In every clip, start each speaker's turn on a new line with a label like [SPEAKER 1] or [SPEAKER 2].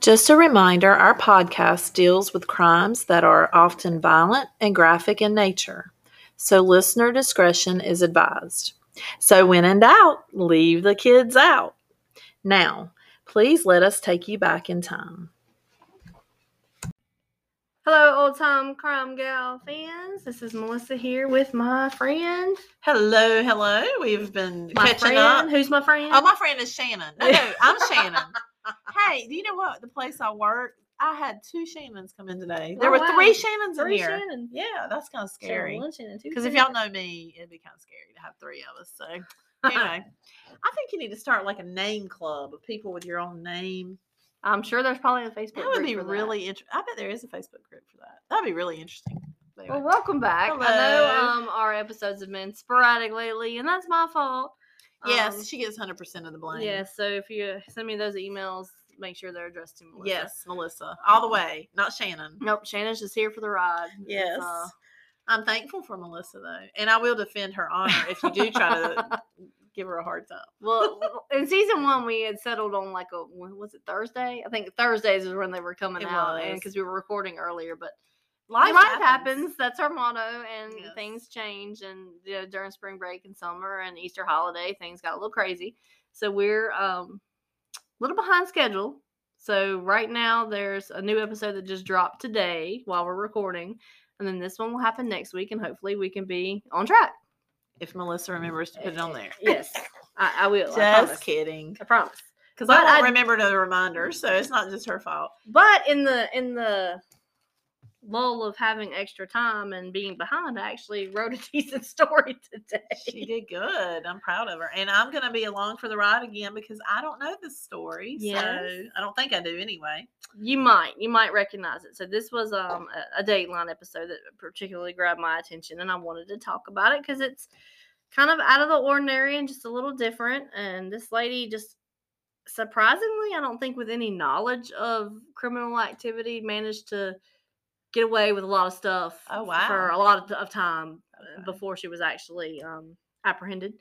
[SPEAKER 1] Just a reminder our podcast deals with crimes that are often violent and graphic in nature, so listener discretion is advised. So, when in doubt, leave the kids out. Now, please let us take you back in time.
[SPEAKER 2] Hello, old time crime gal fans. This is Melissa here with my friend.
[SPEAKER 1] Hello, hello. We've been
[SPEAKER 2] My
[SPEAKER 1] catching
[SPEAKER 2] friend.
[SPEAKER 1] up.
[SPEAKER 2] Who's my friend?
[SPEAKER 1] Oh, my friend is Shannon. No, no, I'm Shannon. Hey, do you know what? The place I work, I had two Shannons come in today. There
[SPEAKER 2] Oh,
[SPEAKER 1] were
[SPEAKER 2] wow.
[SPEAKER 1] three Shannons
[SPEAKER 2] Three
[SPEAKER 1] in here.
[SPEAKER 2] Shannon.
[SPEAKER 1] Yeah, that's kind of scary.
[SPEAKER 2] Shannon one, Shannon two,
[SPEAKER 1] Because if y'all
[SPEAKER 2] Shannon-
[SPEAKER 1] know me, it'd be kind of scary to have three of us. So anyway, I think you need to start like a name club of people with your own name.
[SPEAKER 2] I'm sure there's probably a Facebook.
[SPEAKER 1] That would
[SPEAKER 2] group
[SPEAKER 1] be
[SPEAKER 2] for that.
[SPEAKER 1] really interesting. I bet there is a Facebook group for that. That'd be really interesting. But
[SPEAKER 2] Well,
[SPEAKER 1] anyway.
[SPEAKER 2] welcome back. I
[SPEAKER 1] Hello.
[SPEAKER 2] know um, our episodes have been sporadic lately, and that's my fault.
[SPEAKER 1] yes,
[SPEAKER 2] Um,
[SPEAKER 1] she gets hundred percent of the blame.
[SPEAKER 2] yeah. So if you send me those emails, make sure they're addressed to Melissa.
[SPEAKER 1] yes, Melissa, all the way, not Shannon.
[SPEAKER 2] Nope. Shannon's just here for the ride. It's,
[SPEAKER 1] Yes.
[SPEAKER 2] uh,
[SPEAKER 1] I'm thankful for Melissa though, and I will defend her honor if you do try to give her a hard time.
[SPEAKER 2] Well, well, in season one, we had settled on like a when was it Thursday? I think Thursdays is when they were coming
[SPEAKER 1] It
[SPEAKER 2] out, and
[SPEAKER 1] was.
[SPEAKER 2] because we were recording earlier. But
[SPEAKER 1] Life,
[SPEAKER 2] happens. That's our motto, and
[SPEAKER 1] Yes.
[SPEAKER 2] things change. And you know, during spring break and summer and Easter holiday, things got a little crazy. So we're um, a little behind schedule. So right now, there's a new episode that just dropped today while we're recording, and then this one will happen next week, and hopefully we can be on track.
[SPEAKER 1] If Melissa remembers to put it on there.
[SPEAKER 2] Yes, I, I will. I promise.
[SPEAKER 1] Just kidding.
[SPEAKER 2] I promise.
[SPEAKER 1] Because I
[SPEAKER 2] But
[SPEAKER 1] don't
[SPEAKER 2] I-
[SPEAKER 1] remember the reminder, so it's not just her fault.
[SPEAKER 2] But in the in the lull of having extra time and being behind, I actually wrote a decent story
[SPEAKER 1] She
[SPEAKER 2] today.
[SPEAKER 1] did good. I'm proud of her. And I'm going to be along for the ride again because I don't know this story. So
[SPEAKER 2] Yes.
[SPEAKER 1] I don't think I do anyway.
[SPEAKER 2] You might you might recognize it. So this was um a, a Dateline episode that particularly grabbed my attention, and I wanted to talk about it because it's kind of out of the ordinary and just a little different. And this lady just surprisingly, I don't think with any knowledge of criminal activity, managed to get away with a lot of stuff
[SPEAKER 1] Oh, wow.
[SPEAKER 2] for a lot of, of time
[SPEAKER 1] Okay.
[SPEAKER 2] before she was actually um, apprehended.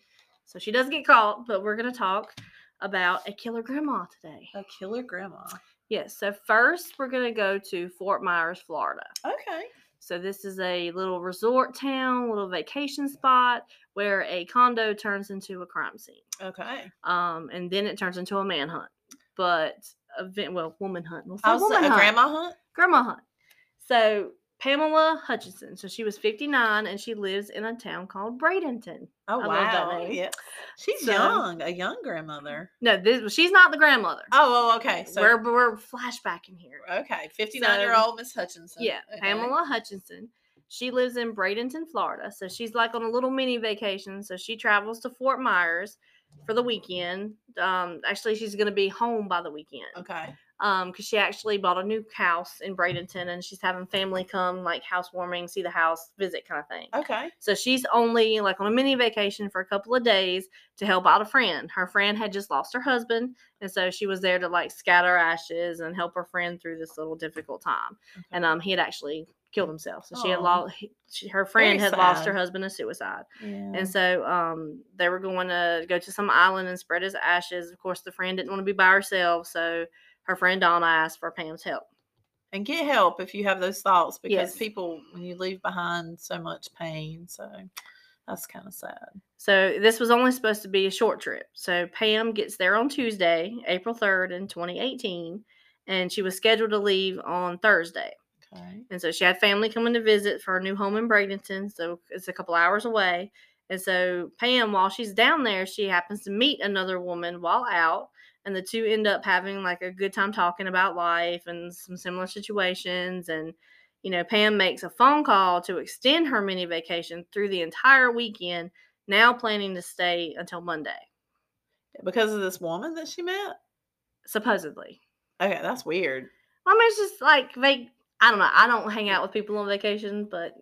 [SPEAKER 2] So she does get caught, but we're going to talk about a killer grandma today.
[SPEAKER 1] A killer grandma.
[SPEAKER 2] Yes. So first, we're going to go to Fort Myers, Florida.
[SPEAKER 1] Okay.
[SPEAKER 2] So this is a little resort town, little vacation spot where a condo turns into a crime scene,
[SPEAKER 1] Okay.
[SPEAKER 2] um, and then it turns into a manhunt. But event, well, woman hunt. We'll say
[SPEAKER 1] I was
[SPEAKER 2] woman
[SPEAKER 1] a
[SPEAKER 2] hunt
[SPEAKER 1] grandma hunt.
[SPEAKER 2] grandma hunt. So Pamela Hutchinson. So she was 59 and she lives in a town called Bradenton.
[SPEAKER 1] Oh,
[SPEAKER 2] I
[SPEAKER 1] wow.
[SPEAKER 2] love that name.
[SPEAKER 1] Yeah. She's
[SPEAKER 2] So-
[SPEAKER 1] young, a young grandmother.
[SPEAKER 2] No, this she's not the grandmother.
[SPEAKER 1] Oh, oh okay. So,
[SPEAKER 2] we're we're flashbacking here.
[SPEAKER 1] okay. 59 year
[SPEAKER 2] So-
[SPEAKER 1] old Miss Hutchinson.
[SPEAKER 2] Yeah,
[SPEAKER 1] Okay.
[SPEAKER 2] Pamela Hutchinson. She lives in Bradenton, Florida. So she's like on a little mini vacation. So she travels to Fort Myers for the weekend. Um, actually, she's going to be home by the weekend.
[SPEAKER 1] Okay.
[SPEAKER 2] um because she actually bought a new house in bradenton and she's having family come like housewarming see the house visit kind of thing
[SPEAKER 1] Okay.
[SPEAKER 2] so she's only like on a mini vacation for a couple of days to help out a friend her friend had just lost her husband and so she was there to like scatter ashes and help her friend through this little difficult time and um he had actually killed himself so she had
[SPEAKER 1] Aw.
[SPEAKER 2] lost she, her friend
[SPEAKER 1] Very
[SPEAKER 2] had lost her
[SPEAKER 1] sad. Mm.
[SPEAKER 2] husband to suicide
[SPEAKER 1] Yeah.
[SPEAKER 2] and so um, they were going to go to some island and spread his ashes. Of course, the friend didn't want to be by herself, so her friend Donna asked for Pam's help.
[SPEAKER 1] And get help if you have those thoughts because
[SPEAKER 2] Yes.
[SPEAKER 1] people, when you leave behind so much pain, so that's kind of sad.
[SPEAKER 2] So this was only supposed to be a short trip. So Pam gets there on Tuesday, April 3rd in 2018, and she was scheduled to leave on Thursday.
[SPEAKER 1] Okay.
[SPEAKER 2] And so she had family coming to visit for her new home in Bradenton, so it's a couple hours away. And so Pam, while she's down there, she happens to meet another woman while out, and the two end up having like a good time talking about life and some similar situations. And you know, Pam makes a phone call to extend her mini vacation through the entire weekend, now planning to stay until Monday,
[SPEAKER 1] Because of this woman that she met?
[SPEAKER 2] supposedly.
[SPEAKER 1] Okay, that's weird.
[SPEAKER 2] I mean, it's just like vac- I don't know. I don't hang out with people on vacation, but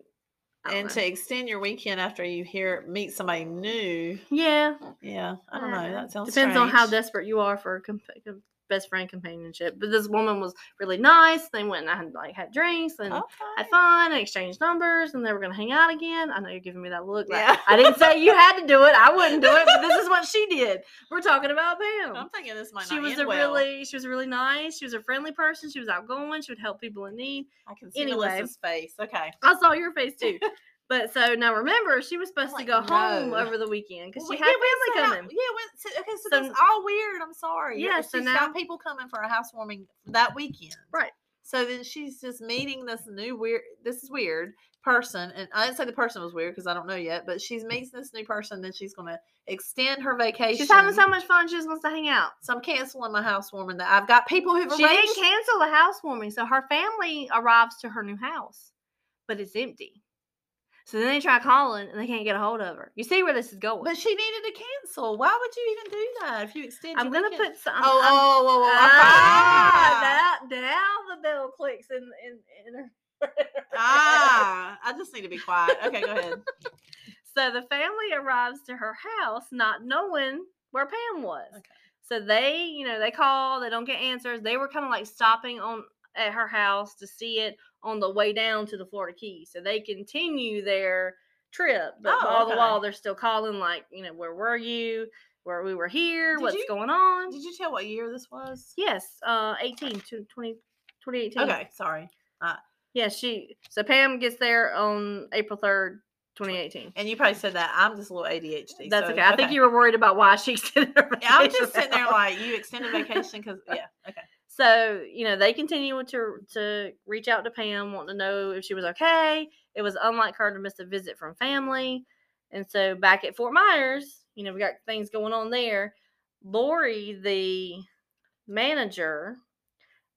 [SPEAKER 2] I don't
[SPEAKER 1] And
[SPEAKER 2] know.
[SPEAKER 1] to extend your weekend after you hear meet somebody new,
[SPEAKER 2] yeah,
[SPEAKER 1] yeah, I don't know.
[SPEAKER 2] Uh,
[SPEAKER 1] That sounds
[SPEAKER 2] depends on how
[SPEAKER 1] strange.
[SPEAKER 2] desperate you are for a com- com- best friend companionship. But this woman was really nice. They went and I had like had drinks and
[SPEAKER 1] Oh.
[SPEAKER 2] had fun and exchanged numbers and they were gonna hang out again. I know you're giving me that look. Like,
[SPEAKER 1] Yeah.
[SPEAKER 2] I didn't say you had to do it. I wouldn't do it, but this is what she did. We're talking about Pam.
[SPEAKER 1] I'm thinking this might
[SPEAKER 2] she
[SPEAKER 1] not
[SPEAKER 2] was
[SPEAKER 1] end
[SPEAKER 2] a
[SPEAKER 1] well.
[SPEAKER 2] really she was really nice. She was a friendly person. She was outgoing. She would help people in need.
[SPEAKER 1] I can see
[SPEAKER 2] anyway.
[SPEAKER 1] Melissa's face. Okay.
[SPEAKER 2] I saw your face too. But so now remember, she was supposed
[SPEAKER 1] like,
[SPEAKER 2] to go home
[SPEAKER 1] no.
[SPEAKER 2] over the weekend because
[SPEAKER 1] Well,
[SPEAKER 2] she had
[SPEAKER 1] we
[SPEAKER 2] family
[SPEAKER 1] set out-
[SPEAKER 2] coming.
[SPEAKER 1] Yeah, we, so, okay, so,
[SPEAKER 2] So-
[SPEAKER 1] that's all weird. I'm sorry.
[SPEAKER 2] Yeah,
[SPEAKER 1] Yeah,
[SPEAKER 2] so
[SPEAKER 1] she's
[SPEAKER 2] now-
[SPEAKER 1] got people coming for a housewarming that weekend.
[SPEAKER 2] Right.
[SPEAKER 1] So then she's just meeting this new weird, this is weird person, and I didn't say the person was weird because I don't know yet, but she's meets this new person. Then she's going to extend her vacation.
[SPEAKER 2] She's having so much fun. She just wants to hang out.
[SPEAKER 1] So I'm canceling my housewarming. That I've got people who've
[SPEAKER 2] She
[SPEAKER 1] arranged.
[SPEAKER 2] didn't cancel the housewarming, so her family arrives to her new house, but it's empty. So then they try calling and they can't get a hold of her. You see where this is going?
[SPEAKER 1] but she needed to cancel. Why would you even do that if you extend?
[SPEAKER 2] I'm
[SPEAKER 1] your
[SPEAKER 2] gonna
[SPEAKER 1] weekend?
[SPEAKER 2] put some. I'm-
[SPEAKER 1] Oh,
[SPEAKER 2] I'm-
[SPEAKER 1] oh, oh, oh, I'm-
[SPEAKER 2] Ah,
[SPEAKER 1] ah!
[SPEAKER 2] that now the bell clicks in in, in her.
[SPEAKER 1] Ah, I just need to be quiet. Okay, go ahead.
[SPEAKER 2] So the family arrives to her house not knowing where Pam was.
[SPEAKER 1] Okay.
[SPEAKER 2] So they, you know, they call, they don't get answers. They were kind of like stopping on at her house to see it on the way down to the Florida Keys. So they continue their trip, but
[SPEAKER 1] Oh,
[SPEAKER 2] all the
[SPEAKER 1] okay.
[SPEAKER 2] while they're still calling like, you know, where were you? Where we were here?
[SPEAKER 1] Did
[SPEAKER 2] what's
[SPEAKER 1] you-
[SPEAKER 2] going on?
[SPEAKER 1] Did you tell what year this was?
[SPEAKER 2] yes, uh 18 to 20 2018.
[SPEAKER 1] Okay, sorry.
[SPEAKER 2] Yeah, she so Pam gets there on April 3rd, 2018.
[SPEAKER 1] And you probably said that. I'm just a little ADHD.
[SPEAKER 2] That's
[SPEAKER 1] so-
[SPEAKER 2] okay. I think you were worried about why she extended her
[SPEAKER 1] Yeah, I'm
[SPEAKER 2] vacation
[SPEAKER 1] just sitting there
[SPEAKER 2] out.
[SPEAKER 1] like you extended vacation because yeah. Okay.
[SPEAKER 2] So you know they continue to to reach out to Pam, wanting to know if she was okay. It was unlike her to miss a visit from family, and so back at Fort Myers, you know we got things going on there. Lori, the manager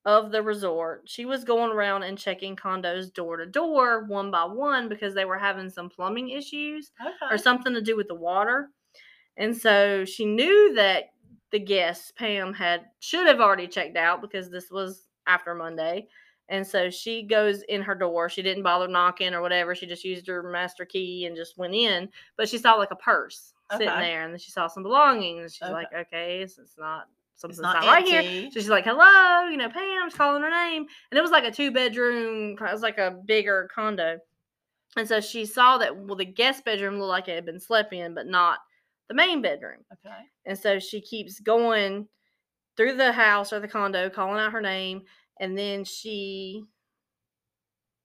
[SPEAKER 2] of the resort, she was going around and checking condos door to door, one by one, because they were having some plumbing issues
[SPEAKER 1] Okay.
[SPEAKER 2] or something to do with the water. And so she knew that the guests Pam had should have already checked out because this was after Monday. And so she goes in her door. She didn't bother knocking or whatever. She just used her master key and just went in. But she saw like a purse sitting
[SPEAKER 1] Okay.
[SPEAKER 2] there, and then she saw some belongings. And she's
[SPEAKER 1] Okay.
[SPEAKER 2] like, okay, it's, it's not something's
[SPEAKER 1] It's
[SPEAKER 2] not,
[SPEAKER 1] not,
[SPEAKER 2] right here.
[SPEAKER 1] empty.
[SPEAKER 2] So she's like, hello, you know, Pam's calling her name. And it was like a two bedroom, co- it was like a bigger condo. And so she saw that, well, the guest bedroom looked like it had been slept in, but not the main bedroom.
[SPEAKER 1] Okay.
[SPEAKER 2] And so she keeps going through the house or the condo, calling out her name. And then she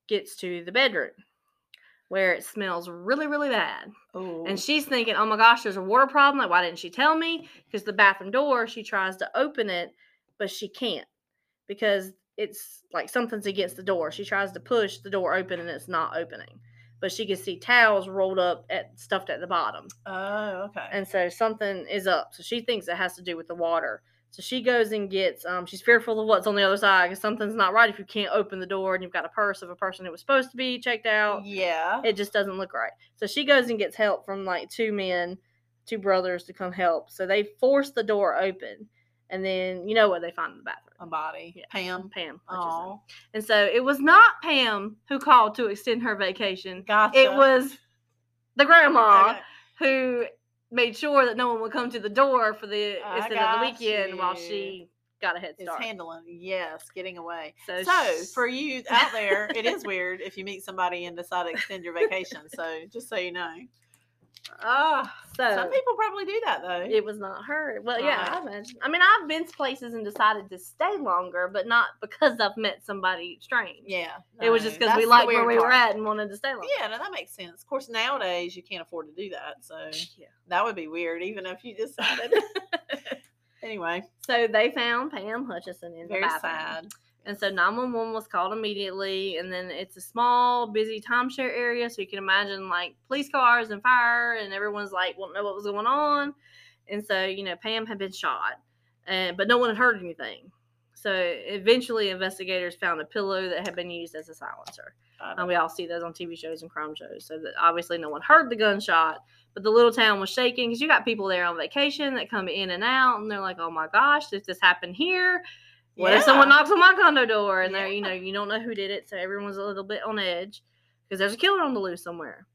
[SPEAKER 2] gets to the bedroom where it smells really, really bad.
[SPEAKER 1] Oh.
[SPEAKER 2] And she's thinking, oh my gosh, there's a water problem. Like, why didn't she tell me? Because the bathroom door, she tries to open it, but she can't because it's like something's against the door. She tries to push the door open and it's not opening. But she can see towels rolled up at stuffed at the bottom.
[SPEAKER 1] Oh. Okay.
[SPEAKER 2] And so something is up. So she thinks it has to do with the water. So she goes and gets, um, she's fearful of what's on the other side because something's not right if you can't open the door and you've got a purse of a person who was supposed to be checked out
[SPEAKER 1] yeah.
[SPEAKER 2] it just doesn't look right. So she goes and gets help from like two men, two brothers to come help. So they force the door open, and then you know what they find in the bathroom?
[SPEAKER 1] A body.
[SPEAKER 2] Yeah.
[SPEAKER 1] Pam.
[SPEAKER 2] Pam. which is them.
[SPEAKER 1] Oh.
[SPEAKER 2] And so it was not Pam who called to extend her vacation.
[SPEAKER 1] Gotcha.
[SPEAKER 2] It was the grandma
[SPEAKER 1] Okay.
[SPEAKER 2] who made sure that no one would come to the door for the
[SPEAKER 1] I
[SPEAKER 2] extended of the
[SPEAKER 1] got
[SPEAKER 2] weekend while
[SPEAKER 1] you.
[SPEAKER 2] she got a head
[SPEAKER 1] It's
[SPEAKER 2] start.
[SPEAKER 1] handling. Yes. Getting away.
[SPEAKER 2] so
[SPEAKER 1] So
[SPEAKER 2] sh-
[SPEAKER 1] for you out there, it is weird if you meet somebody and decide to extend your vacation. So just so you know. Ah.
[SPEAKER 2] so
[SPEAKER 1] some people probably do that though.
[SPEAKER 2] It was not her. Well, yeah, I
[SPEAKER 1] Uh-uh.
[SPEAKER 2] imagine. I mean, I've been to places and decided to stay longer, but not because I've met somebody strange.
[SPEAKER 1] Yeah.
[SPEAKER 2] it was just
[SPEAKER 1] no,
[SPEAKER 2] because we
[SPEAKER 1] that's the
[SPEAKER 2] liked where
[SPEAKER 1] weird
[SPEAKER 2] we were
[SPEAKER 1] part.
[SPEAKER 2] at and wanted to stay longer.
[SPEAKER 1] Yeah, no, that makes sense. Of course, nowadays you can't afford to do that, so
[SPEAKER 2] Yeah.
[SPEAKER 1] that would be weird, even if you decided. anyway,
[SPEAKER 2] So they found Pam Hutchison in
[SPEAKER 1] very
[SPEAKER 2] the bathroom.
[SPEAKER 1] sad.
[SPEAKER 2] And so 911 was called immediately. And then it's a small, busy timeshare area. So you can imagine like police cars and fire, and everyone's like, won't know what was going on. And so, you know, Pam had been shot, and, but no one had heard anything. So eventually, investigators found a pillow that had been used as a silencer.
[SPEAKER 1] I don't-
[SPEAKER 2] And we all see those on TV shows and crime shows. So that obviously no one heard the gunshot, but the little town was shaking because you got people there on vacation that come in and out, and they're like, "Oh my gosh, if this happened here, what if someone
[SPEAKER 1] Yeah.
[SPEAKER 2] knocks on my condo door?" And they're you
[SPEAKER 1] Yeah.
[SPEAKER 2] know you don't know who did it, so everyone's a little bit on edge because there's a killer on the loose somewhere.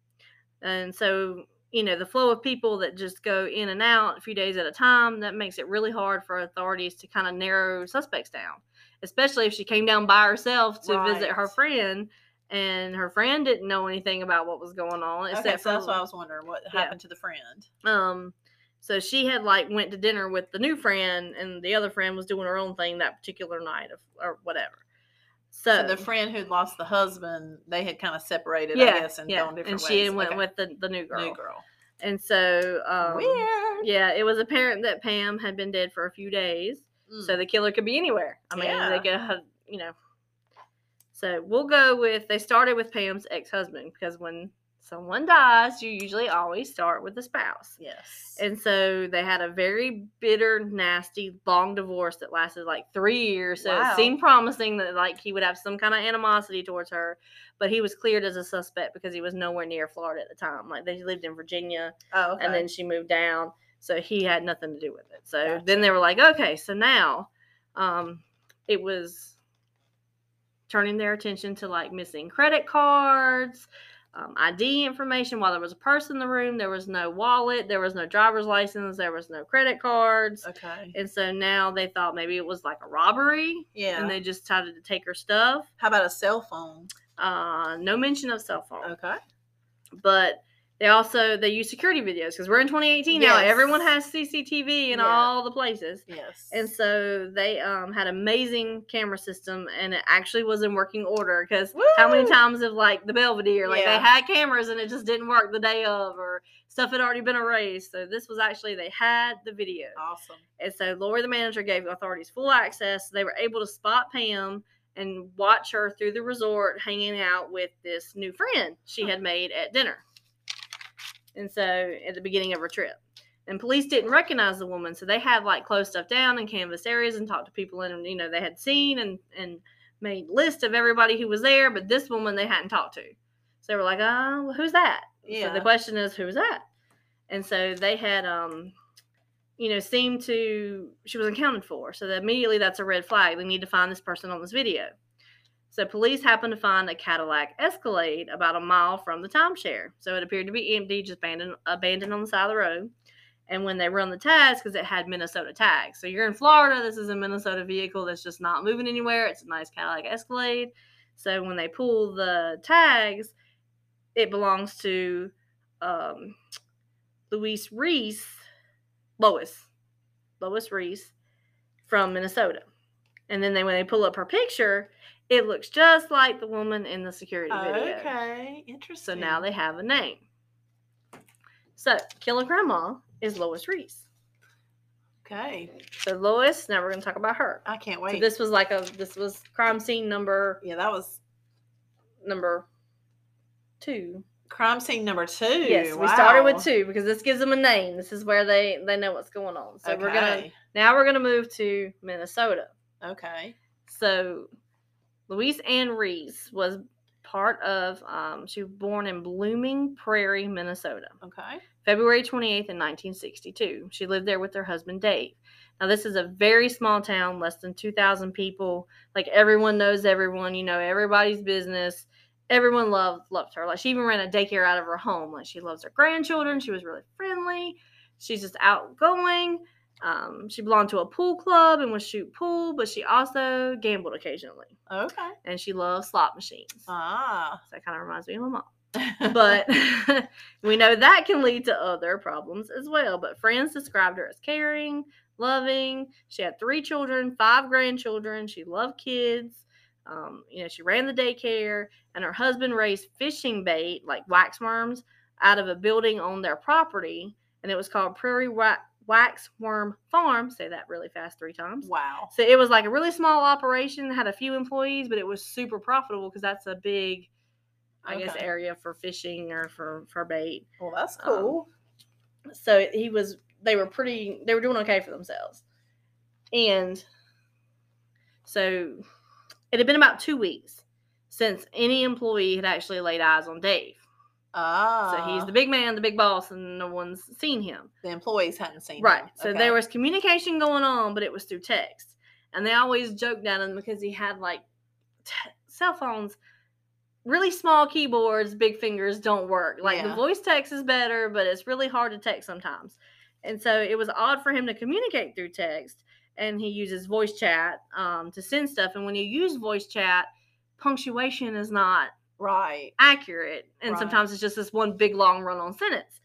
[SPEAKER 2] And so you know, the flow of people that just go in and out a few days at a time, that makes it really hard for authorities to kind of narrow suspects down, especially if she came down by herself to visit her
[SPEAKER 1] Right.
[SPEAKER 2] friend and her friend didn't know anything about what was going on except
[SPEAKER 1] Okay, so
[SPEAKER 2] for
[SPEAKER 1] that's why I was wondering what
[SPEAKER 2] Yeah.
[SPEAKER 1] happened to the friend.
[SPEAKER 2] um so she had like went to dinner with the new friend and the other friend was doing her own thing that particular night of, or whatever. So,
[SPEAKER 1] So the friend who'd lost the husband, they had kind of separated, I guess, and gone different
[SPEAKER 2] and
[SPEAKER 1] ways.
[SPEAKER 2] she had went
[SPEAKER 1] Okay.
[SPEAKER 2] with the, the new girl.
[SPEAKER 1] new girl.
[SPEAKER 2] And so um
[SPEAKER 1] Weird.
[SPEAKER 2] yeah, it was apparent that Pam had been dead for a few days. So
[SPEAKER 1] Mm.
[SPEAKER 2] the killer could be anywhere. I mean,
[SPEAKER 1] Yeah.
[SPEAKER 2] they could have, you know. So we'll go with they started with Pam's ex-husband because when someone dies, you usually always start with the spouse.
[SPEAKER 1] yes.
[SPEAKER 2] And so they had a very bitter, nasty, long divorce that lasted like three years. So
[SPEAKER 1] Wow.
[SPEAKER 2] it seemed promising that like he would have some kind of animosity towards her, but he was cleared as a suspect because he was nowhere near Florida at the time. Like they lived in Virginia
[SPEAKER 1] oh, okay.
[SPEAKER 2] and then she moved down so he had nothing to do with it so
[SPEAKER 1] Gotcha.
[SPEAKER 2] then they were like okay so now um it was turning their attention to like missing credit cards um, id information while there was a purse in the room there was no wallet there was no driver's license there was no credit cards
[SPEAKER 1] okay.
[SPEAKER 2] and so now they thought maybe it was like a robbery
[SPEAKER 1] Yeah.
[SPEAKER 2] and they just decided to take her stuff
[SPEAKER 1] How about a cell phone?
[SPEAKER 2] uh, no mention of cell phone
[SPEAKER 1] Okay.
[SPEAKER 2] but they also they use security videos because we're in 2018 now everyone
[SPEAKER 1] Yes.
[SPEAKER 2] has cctv in
[SPEAKER 1] Yeah.
[SPEAKER 2] all the places
[SPEAKER 1] Yes.
[SPEAKER 2] and so they um, had amazing camera system and it actually was in working order because how many
[SPEAKER 1] Woo!
[SPEAKER 2] times have like the belvedere like
[SPEAKER 1] Yeah.
[SPEAKER 2] they had cameras and it just didn't work the day of or stuff had already been erased so this was actually they had the video
[SPEAKER 1] awesome.
[SPEAKER 2] and so Lori, the manager, gave authorities full access. They were able to spot Pam and watch her through the resort hanging out with this new friend she had made at dinner. And so at the beginning of her trip. And police didn't recognize the woman, so they had like closed stuff down and canvassed areas and talked to people and you know they had seen and and made lists of everybody who was there, but this woman they hadn't talked to. So they were like, "Oh, well, who's that?"
[SPEAKER 1] Yeah.
[SPEAKER 2] So the question is, who's that? And so they had, um, you know, seemed to she was accounted for. So that immediately that's a red flag. They need to find this person on this video. So police happened to find a Cadillac Escalade about a mile from the timeshare. So it appeared to be empty, just abandoned, abandoned on the side of the road. And when they run the tags, because it had Minnesota tags. So you're in Florida. This is a Minnesota vehicle that's just not moving anywhere. It's a nice Cadillac Escalade. So when they pull the tags, it belongs to um, Luis Reese, Lois, Lois Reese from Minnesota. And then they, when they pull up her picture, it looks just like the woman in the security video.
[SPEAKER 1] okay.
[SPEAKER 2] So
[SPEAKER 1] Interesting.
[SPEAKER 2] now they have a name. So Killer Grandma is Lois Reese.
[SPEAKER 1] Okay.
[SPEAKER 2] So Lois, now we're going to talk about her.
[SPEAKER 1] I can't
[SPEAKER 2] So
[SPEAKER 1] wait.
[SPEAKER 2] this was like a this was crime scene number
[SPEAKER 1] yeah, that was
[SPEAKER 2] number two.
[SPEAKER 1] crime scene number two.
[SPEAKER 2] Yes, we started
[SPEAKER 1] Wow.
[SPEAKER 2] with two because this gives them a name. This is where they they know what's going on. So we're gonna
[SPEAKER 1] Okay.
[SPEAKER 2] now we're gonna move to Minnesota.
[SPEAKER 1] Okay.
[SPEAKER 2] So Louise Ann Reese was part of um, she was born in Blooming Prairie, Minnesota,
[SPEAKER 1] Okay.
[SPEAKER 2] February 28th in 1962. She lived there with her husband Dave. Now this is a very small town, less than 2,000 people. Like everyone knows everyone, you know everybody's business. Everyone loved loved her. Like she even ran a daycare out of her home. Like she loves her grandchildren. She was really friendly. She's just outgoing. Um, she belonged to a pool club and would shoot pool, but she also gambled occasionally.
[SPEAKER 1] Okay.
[SPEAKER 2] And she loves slot machines.
[SPEAKER 1] Ah.
[SPEAKER 2] So that kind of reminds me of my mom but we know that can lead to other problems as well. But friends described her as caring, loving. She had three children, five grandchildren. She loved kids. Um, you know, she ran the daycare, and her husband raised fishing bait like wax worms out of a building on their property, and it was called Prairie Wa- Wax Worm Farm. Say that really fast three times.
[SPEAKER 1] wow.
[SPEAKER 2] So it was like a really small operation, had a few employees, but it was super profitable because that's a big, I guess,
[SPEAKER 1] Okay.
[SPEAKER 2] area for fishing or for for bait.
[SPEAKER 1] Well, that's
[SPEAKER 2] um,
[SPEAKER 1] cool.
[SPEAKER 2] So he was, they were pretty, they were doing okay for themselves, and so it had been about two weeks since any employee had actually laid eyes on Dave. So
[SPEAKER 1] ah.
[SPEAKER 2] he's the big man, the big boss, and no one's seen him.
[SPEAKER 1] the employees hadn't seen. him.
[SPEAKER 2] Right. So
[SPEAKER 1] Okay.
[SPEAKER 2] there was communication going on, but it was through text. And they always joked at him because he had like t- cell phones really small keyboards, big fingers don't work. Like the
[SPEAKER 1] Yeah.
[SPEAKER 2] voice text is better, but it's really hard to text sometimes. And so it was odd for him to communicate through text. And he uses voice chat um, to send stuff. And when you use voice chat, punctuation is not
[SPEAKER 1] Right.
[SPEAKER 2] accurate. And
[SPEAKER 1] Right.
[SPEAKER 2] sometimes it's just this one big long run on sentence.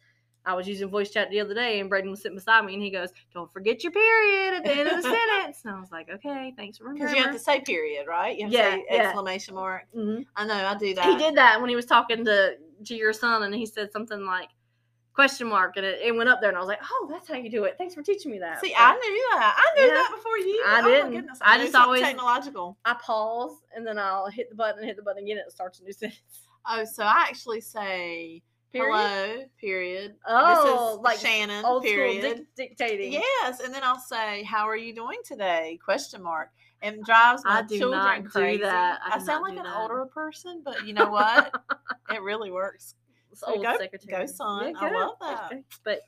[SPEAKER 2] I was using voice chat the other day and Braden was sitting beside me and he goes, Don't forget your period at the end of the sentence. And I was like, Okay, thanks for
[SPEAKER 1] Because
[SPEAKER 2] remembering.
[SPEAKER 1] you have to say period, right? You have
[SPEAKER 2] Yeah,
[SPEAKER 1] to say
[SPEAKER 2] yeah.
[SPEAKER 1] exclamation mark.
[SPEAKER 2] Mhm.
[SPEAKER 1] I know, I do that.
[SPEAKER 2] he did that when he was talking to to your son and he said something like question mark and it, it went up there and i was like oh that's how you do it thanks for teaching me that
[SPEAKER 1] See,
[SPEAKER 2] So
[SPEAKER 1] I knew that. I knew
[SPEAKER 2] Yeah.
[SPEAKER 1] that before you.
[SPEAKER 2] I
[SPEAKER 1] oh
[SPEAKER 2] didn't.
[SPEAKER 1] my goodness.
[SPEAKER 2] I
[SPEAKER 1] knew
[SPEAKER 2] just
[SPEAKER 1] something
[SPEAKER 2] always-
[SPEAKER 1] technological.
[SPEAKER 2] i pause and then i'll hit the button and hit the button again and it starts a new sentence
[SPEAKER 1] Oh, so I actually say
[SPEAKER 2] Period?
[SPEAKER 1] hello, period.
[SPEAKER 2] oh
[SPEAKER 1] Mrs.
[SPEAKER 2] like
[SPEAKER 1] Shannon,
[SPEAKER 2] old
[SPEAKER 1] period.
[SPEAKER 2] school dic- dictating
[SPEAKER 1] Yes, and then I'll say, "How are you doing today?" Question mark. And drives my
[SPEAKER 2] I do
[SPEAKER 1] children
[SPEAKER 2] not do
[SPEAKER 1] crazy.
[SPEAKER 2] that. I
[SPEAKER 1] I,
[SPEAKER 2] do
[SPEAKER 1] sound
[SPEAKER 2] not
[SPEAKER 1] like
[SPEAKER 2] do
[SPEAKER 1] an
[SPEAKER 2] that.
[SPEAKER 1] older person, but you know what? it really works.
[SPEAKER 2] It's
[SPEAKER 1] So
[SPEAKER 2] old
[SPEAKER 1] go- go,
[SPEAKER 2] secretary
[SPEAKER 1] son. I love that.
[SPEAKER 2] Okay. but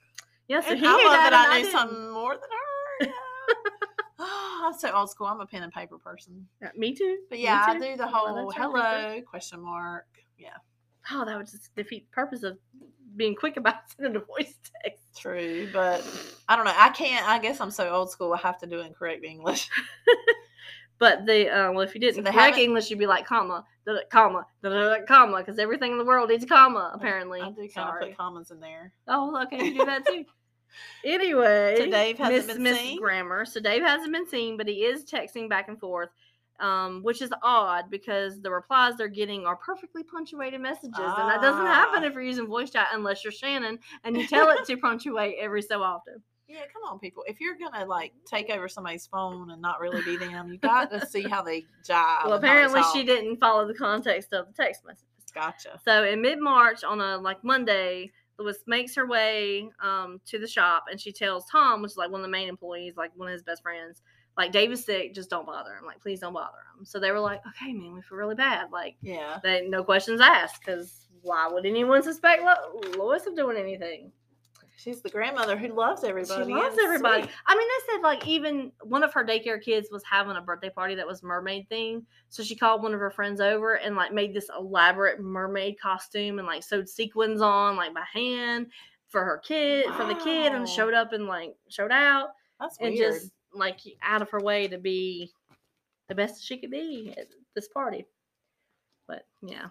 [SPEAKER 2] yeah so
[SPEAKER 1] And
[SPEAKER 2] he
[SPEAKER 1] I
[SPEAKER 2] knew
[SPEAKER 1] love
[SPEAKER 2] that,
[SPEAKER 1] that I
[SPEAKER 2] and
[SPEAKER 1] knew
[SPEAKER 2] didn't.
[SPEAKER 1] something more than her. you know? I'm so old school. I'm a pen and paper person.
[SPEAKER 2] Yeah, me too
[SPEAKER 1] But
[SPEAKER 2] me
[SPEAKER 1] yeah, I
[SPEAKER 2] too.
[SPEAKER 1] do the
[SPEAKER 2] Well,
[SPEAKER 1] whole
[SPEAKER 2] that's right, me too.
[SPEAKER 1] hello question mark. Yeah,
[SPEAKER 2] oh that would just defeat the purpose of being quick about sending a voice text
[SPEAKER 1] true. But I don't know. I can't. I guess I'm so old school. I have to do it in correct English.
[SPEAKER 2] But the uh, well, if you didn't
[SPEAKER 1] they
[SPEAKER 2] correct
[SPEAKER 1] haven't-
[SPEAKER 2] English, you'd be like comma, da, da, comma, da, da, da, comma, because everything in the world needs a comma. Apparently,
[SPEAKER 1] I do kind of
[SPEAKER 2] Sorry.
[SPEAKER 1] put commas in there.
[SPEAKER 2] Oh, okay, you do that too. anyway,
[SPEAKER 1] So Dave hasn't
[SPEAKER 2] Miss,
[SPEAKER 1] been
[SPEAKER 2] Miss
[SPEAKER 1] seen?
[SPEAKER 2] Grammar. So Dave hasn't been seen, but he is texting back and forth, um, which is odd because the replies they're getting are perfectly punctuated messages, and that doesn't happen
[SPEAKER 1] Ah.
[SPEAKER 2] if you're using voice chat unless you're Shannon and you tell it to punctuate every so often.
[SPEAKER 1] Yeah, come on, people. If you're gonna like take over somebody's phone and not really be them, you got to see how they jive.
[SPEAKER 2] well,
[SPEAKER 1] and how they
[SPEAKER 2] apparently
[SPEAKER 1] talk.
[SPEAKER 2] she didn't follow the context of the text message.
[SPEAKER 1] Gotcha.
[SPEAKER 2] So in mid March, on a like Monday, Lewis makes her way um, to the shop and she tells Tom, which is like one of the main employees, like one of his best friends, like Dave is sick, just don't bother him. Like, please don't bother him. So they were like, okay, man, we feel really bad. Like,
[SPEAKER 1] Yeah.
[SPEAKER 2] they no questions asked because why would anyone suspect Lo- Lewis of doing anything?
[SPEAKER 1] She's the grandmother who loves everybody.
[SPEAKER 2] she loves
[SPEAKER 1] and
[SPEAKER 2] everybody.
[SPEAKER 1] sweet.
[SPEAKER 2] I mean, they said like even one of her daycare kids was having a birthday party that was mermaid themed, so she called one of her friends over and like made this elaborate mermaid costume and like sewed sequins on like by hand for her kid for the kid
[SPEAKER 1] Wow.
[SPEAKER 2] and showed up and like showed out
[SPEAKER 1] That's
[SPEAKER 2] and
[SPEAKER 1] weird.
[SPEAKER 2] just like out of her way to be the best she could be at this party. But yeah,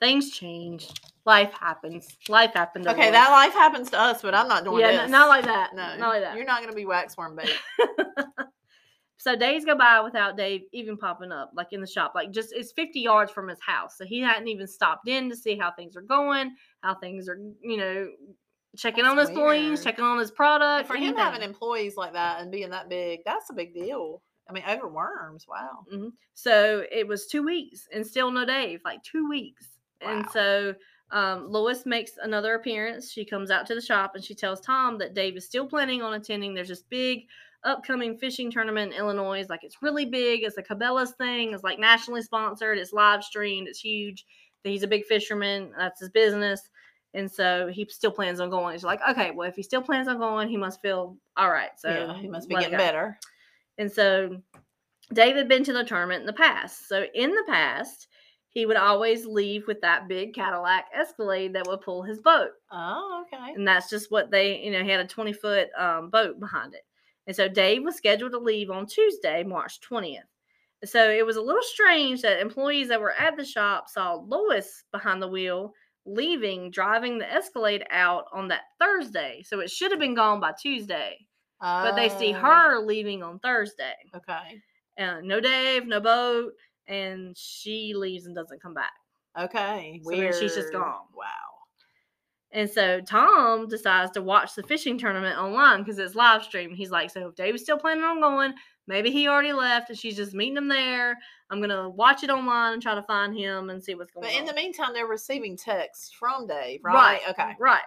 [SPEAKER 2] things change. Life happens. Life happened. to
[SPEAKER 1] okay,
[SPEAKER 2] Lewis.
[SPEAKER 1] that life happens to us, but I'm not doing
[SPEAKER 2] yeah,
[SPEAKER 1] this.
[SPEAKER 2] n- not like that.
[SPEAKER 1] no,
[SPEAKER 2] not like that.
[SPEAKER 1] You're not gonna be waxworm baby.
[SPEAKER 2] So days go by without Dave even popping up, like in the shop. Like just it's 50 yards from his house. So he hadn't even stopped in to see how things are going, how things are, you know, checking on his
[SPEAKER 1] That's
[SPEAKER 2] coins,
[SPEAKER 1] weird.
[SPEAKER 2] checking on his
[SPEAKER 1] And
[SPEAKER 2] product.
[SPEAKER 1] for him having
[SPEAKER 2] anything.
[SPEAKER 1] employees like that and being that big, that's a big deal. I mean, over worms. Wow.
[SPEAKER 2] Mhm. So it was two weeks and still no Dave, like two weeks. And
[SPEAKER 1] Wow.
[SPEAKER 2] so um, Lois makes another appearance. She comes out to the shop and she tells Tom that Dave is still planning on attending. There's this big upcoming fishing tournament in Illinois. Like it's really big. It's a Cabela's thing. It's like nationally sponsored. It's live streamed. It's huge. He's a big fisherman. That's his business. And so he still plans on going. She's like, okay, well, if he still plans on going, he must feel all right. So
[SPEAKER 1] yeah, he must be
[SPEAKER 2] let it
[SPEAKER 1] getting
[SPEAKER 2] go.
[SPEAKER 1] better.
[SPEAKER 2] And so Dave had been to the tournament in the past. So in the past, he would always leave with that big Cadillac Escalade that would pull his boat.
[SPEAKER 1] Oh, okay.
[SPEAKER 2] And that's just what they, you know, he had a 20 foot um, boat behind it. And so Dave was scheduled to leave on Tuesday, March 20th. So it was a little strange that employees that were at the shop saw Lois behind the wheel leaving, driving the Escalade out on that Thursday. So it should have been gone by Tuesday, but they see
[SPEAKER 1] Oh,
[SPEAKER 2] her leaving on Thursday
[SPEAKER 1] Okay.
[SPEAKER 2] uh, no Dave, no boat, and she leaves and doesn't come back.
[SPEAKER 1] Okay.
[SPEAKER 2] So then she's just
[SPEAKER 1] weird.
[SPEAKER 2] gone.
[SPEAKER 1] Wow.
[SPEAKER 2] And so Tom decides to watch the fishing tournament online because it's live streamed. He's like, so if Dave's still planning on going, maybe he already left and she's just meeting him there. I'm gonna watch it online and try to find him and see what's going
[SPEAKER 1] But
[SPEAKER 2] on.
[SPEAKER 1] in the meantime, they're receiving texts from Dave, right?
[SPEAKER 2] Right.
[SPEAKER 1] Okay.
[SPEAKER 2] right.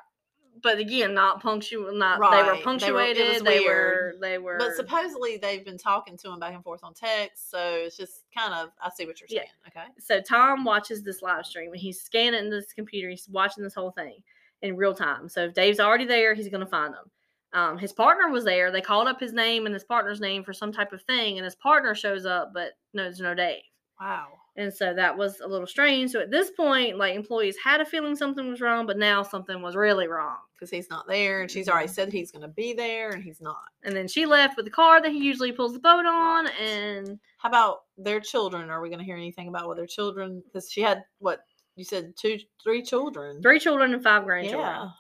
[SPEAKER 2] But again, not punctual. Not they
[SPEAKER 1] Right.
[SPEAKER 2] were
[SPEAKER 1] They were- it was
[SPEAKER 2] punctuated. They were.
[SPEAKER 1] weird.
[SPEAKER 2] They were.
[SPEAKER 1] But supposedly they've been talking to him back and forth on text, so it's just kind of I see what you're
[SPEAKER 2] Yeah.
[SPEAKER 1] saying. Okay.
[SPEAKER 2] so Tom watches this live stream and he's scanning this computer. He's watching this whole thing in real time. So if Dave's already there, he's gonna find him. Um, his partner was there. They called up his name and his partner's name for some type of thing, and his partner shows up, but no, there's no Dave.
[SPEAKER 1] Wow.
[SPEAKER 2] And so that was a little strange. So at this point, like employees had a feeling something was wrong, but now something was really wrong.
[SPEAKER 1] Because he's not there, and she's
[SPEAKER 2] Mm-hmm.
[SPEAKER 1] already said he's going to be there, and he's not.
[SPEAKER 2] And then she left with the car that he usually pulls the boat on. And
[SPEAKER 1] How about their children? Are we going to hear anything about what their children? Because she had what you said two, three children.
[SPEAKER 2] three children and five
[SPEAKER 1] Yeah.
[SPEAKER 2] grandchildren.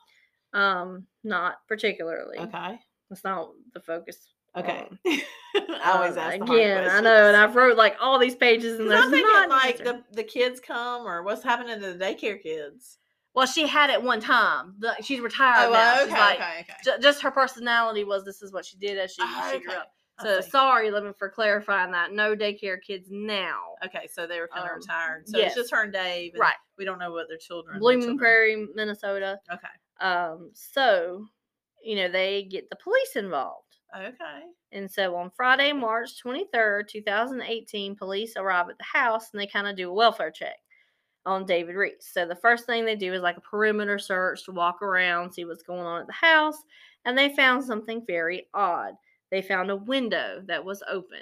[SPEAKER 2] Um, not particularly.
[SPEAKER 1] Okay.
[SPEAKER 2] That's not the focus.
[SPEAKER 1] Okay.
[SPEAKER 2] Um,
[SPEAKER 1] I always
[SPEAKER 2] uh,
[SPEAKER 1] ask the hard
[SPEAKER 2] again. I
[SPEAKER 1] questions.
[SPEAKER 2] know, and I've wrote like all these pages, and
[SPEAKER 1] 'Cause
[SPEAKER 2] there's
[SPEAKER 1] I'm
[SPEAKER 2] not
[SPEAKER 1] thinking
[SPEAKER 2] an
[SPEAKER 1] like
[SPEAKER 2] answer.
[SPEAKER 1] the, the kids come or what's happening to the daycare kids.
[SPEAKER 2] Well, she had it one time. The, she's retired
[SPEAKER 1] oh,
[SPEAKER 2] now.
[SPEAKER 1] well,
[SPEAKER 2] She's
[SPEAKER 1] okay,
[SPEAKER 2] like,
[SPEAKER 1] okay, okay.
[SPEAKER 2] ju- just her personality was this is what she did as she,
[SPEAKER 1] Oh,
[SPEAKER 2] she grew
[SPEAKER 1] okay.
[SPEAKER 2] up.
[SPEAKER 1] I
[SPEAKER 2] So
[SPEAKER 1] see.
[SPEAKER 2] sorry, Lemon, for clarifying that. No daycare kids now.
[SPEAKER 1] Okay, so they were kind of
[SPEAKER 2] Um,
[SPEAKER 1] retired. So
[SPEAKER 2] yes.
[SPEAKER 1] it's just her and Dave. and
[SPEAKER 2] Right.
[SPEAKER 1] We don't know what their children. their
[SPEAKER 2] Blooming
[SPEAKER 1] children-
[SPEAKER 2] Prairie, Minnesota.
[SPEAKER 1] Okay.
[SPEAKER 2] Um, so, you know, they get the police involved.
[SPEAKER 1] Okay.
[SPEAKER 2] And so on Friday, March 23rd, 2018, police arrive at the house and they kind of do a welfare check on David Reese. So the first thing they do is like a perimeter search to walk around, see what's going on at the house. And they found something very odd. They found a window that was open.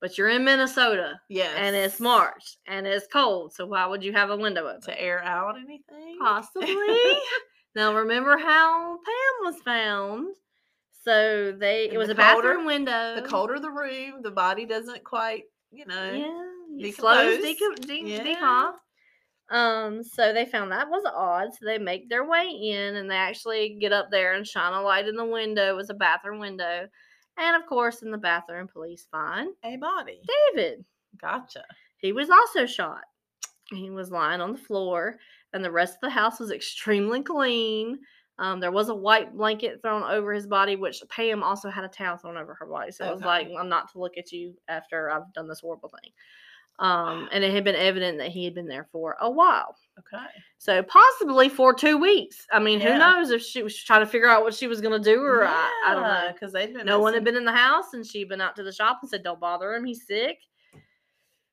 [SPEAKER 2] But you're in Minnesota
[SPEAKER 1] Yes.
[SPEAKER 2] and it's March and it's cold. So why would you have a window open?
[SPEAKER 1] To air out anything?
[SPEAKER 2] Possibly. now remember how Pam was found. So they
[SPEAKER 1] And
[SPEAKER 2] it was
[SPEAKER 1] the
[SPEAKER 2] a
[SPEAKER 1] colder-
[SPEAKER 2] bathroom window.
[SPEAKER 1] the colder the room, the body doesn't quite, you know.
[SPEAKER 2] Yeah, it slows
[SPEAKER 1] Decompose.
[SPEAKER 2] deco- de-
[SPEAKER 1] Yeah.
[SPEAKER 2] decomp. Um, so they found that was odd. So they make their way in and they actually get up there and shine a light in the window. It was a bathroom window. And of course, in the bathroom, police find
[SPEAKER 1] A body.
[SPEAKER 2] David.
[SPEAKER 1] Gotcha.
[SPEAKER 2] He was also shot. He was lying on the floor, and the rest of the house was extremely clean. Um, there was a white blanket thrown over his body, which Pam also had a towel thrown over her body. So it was
[SPEAKER 1] Okay.
[SPEAKER 2] like, I'm not to look at you after I've done this horrible thing. Um, and it had been evident that he had been there for a while.
[SPEAKER 1] Okay.
[SPEAKER 2] So possibly for two weeks. I mean,
[SPEAKER 1] Yeah.
[SPEAKER 2] who knows if she was trying to figure out what she was going to do or I, I don't know.
[SPEAKER 1] because they've been
[SPEAKER 2] No one had
[SPEAKER 1] missing-
[SPEAKER 2] been in the house, and she'd been out to the shop and said, "Don't bother him. He's sick."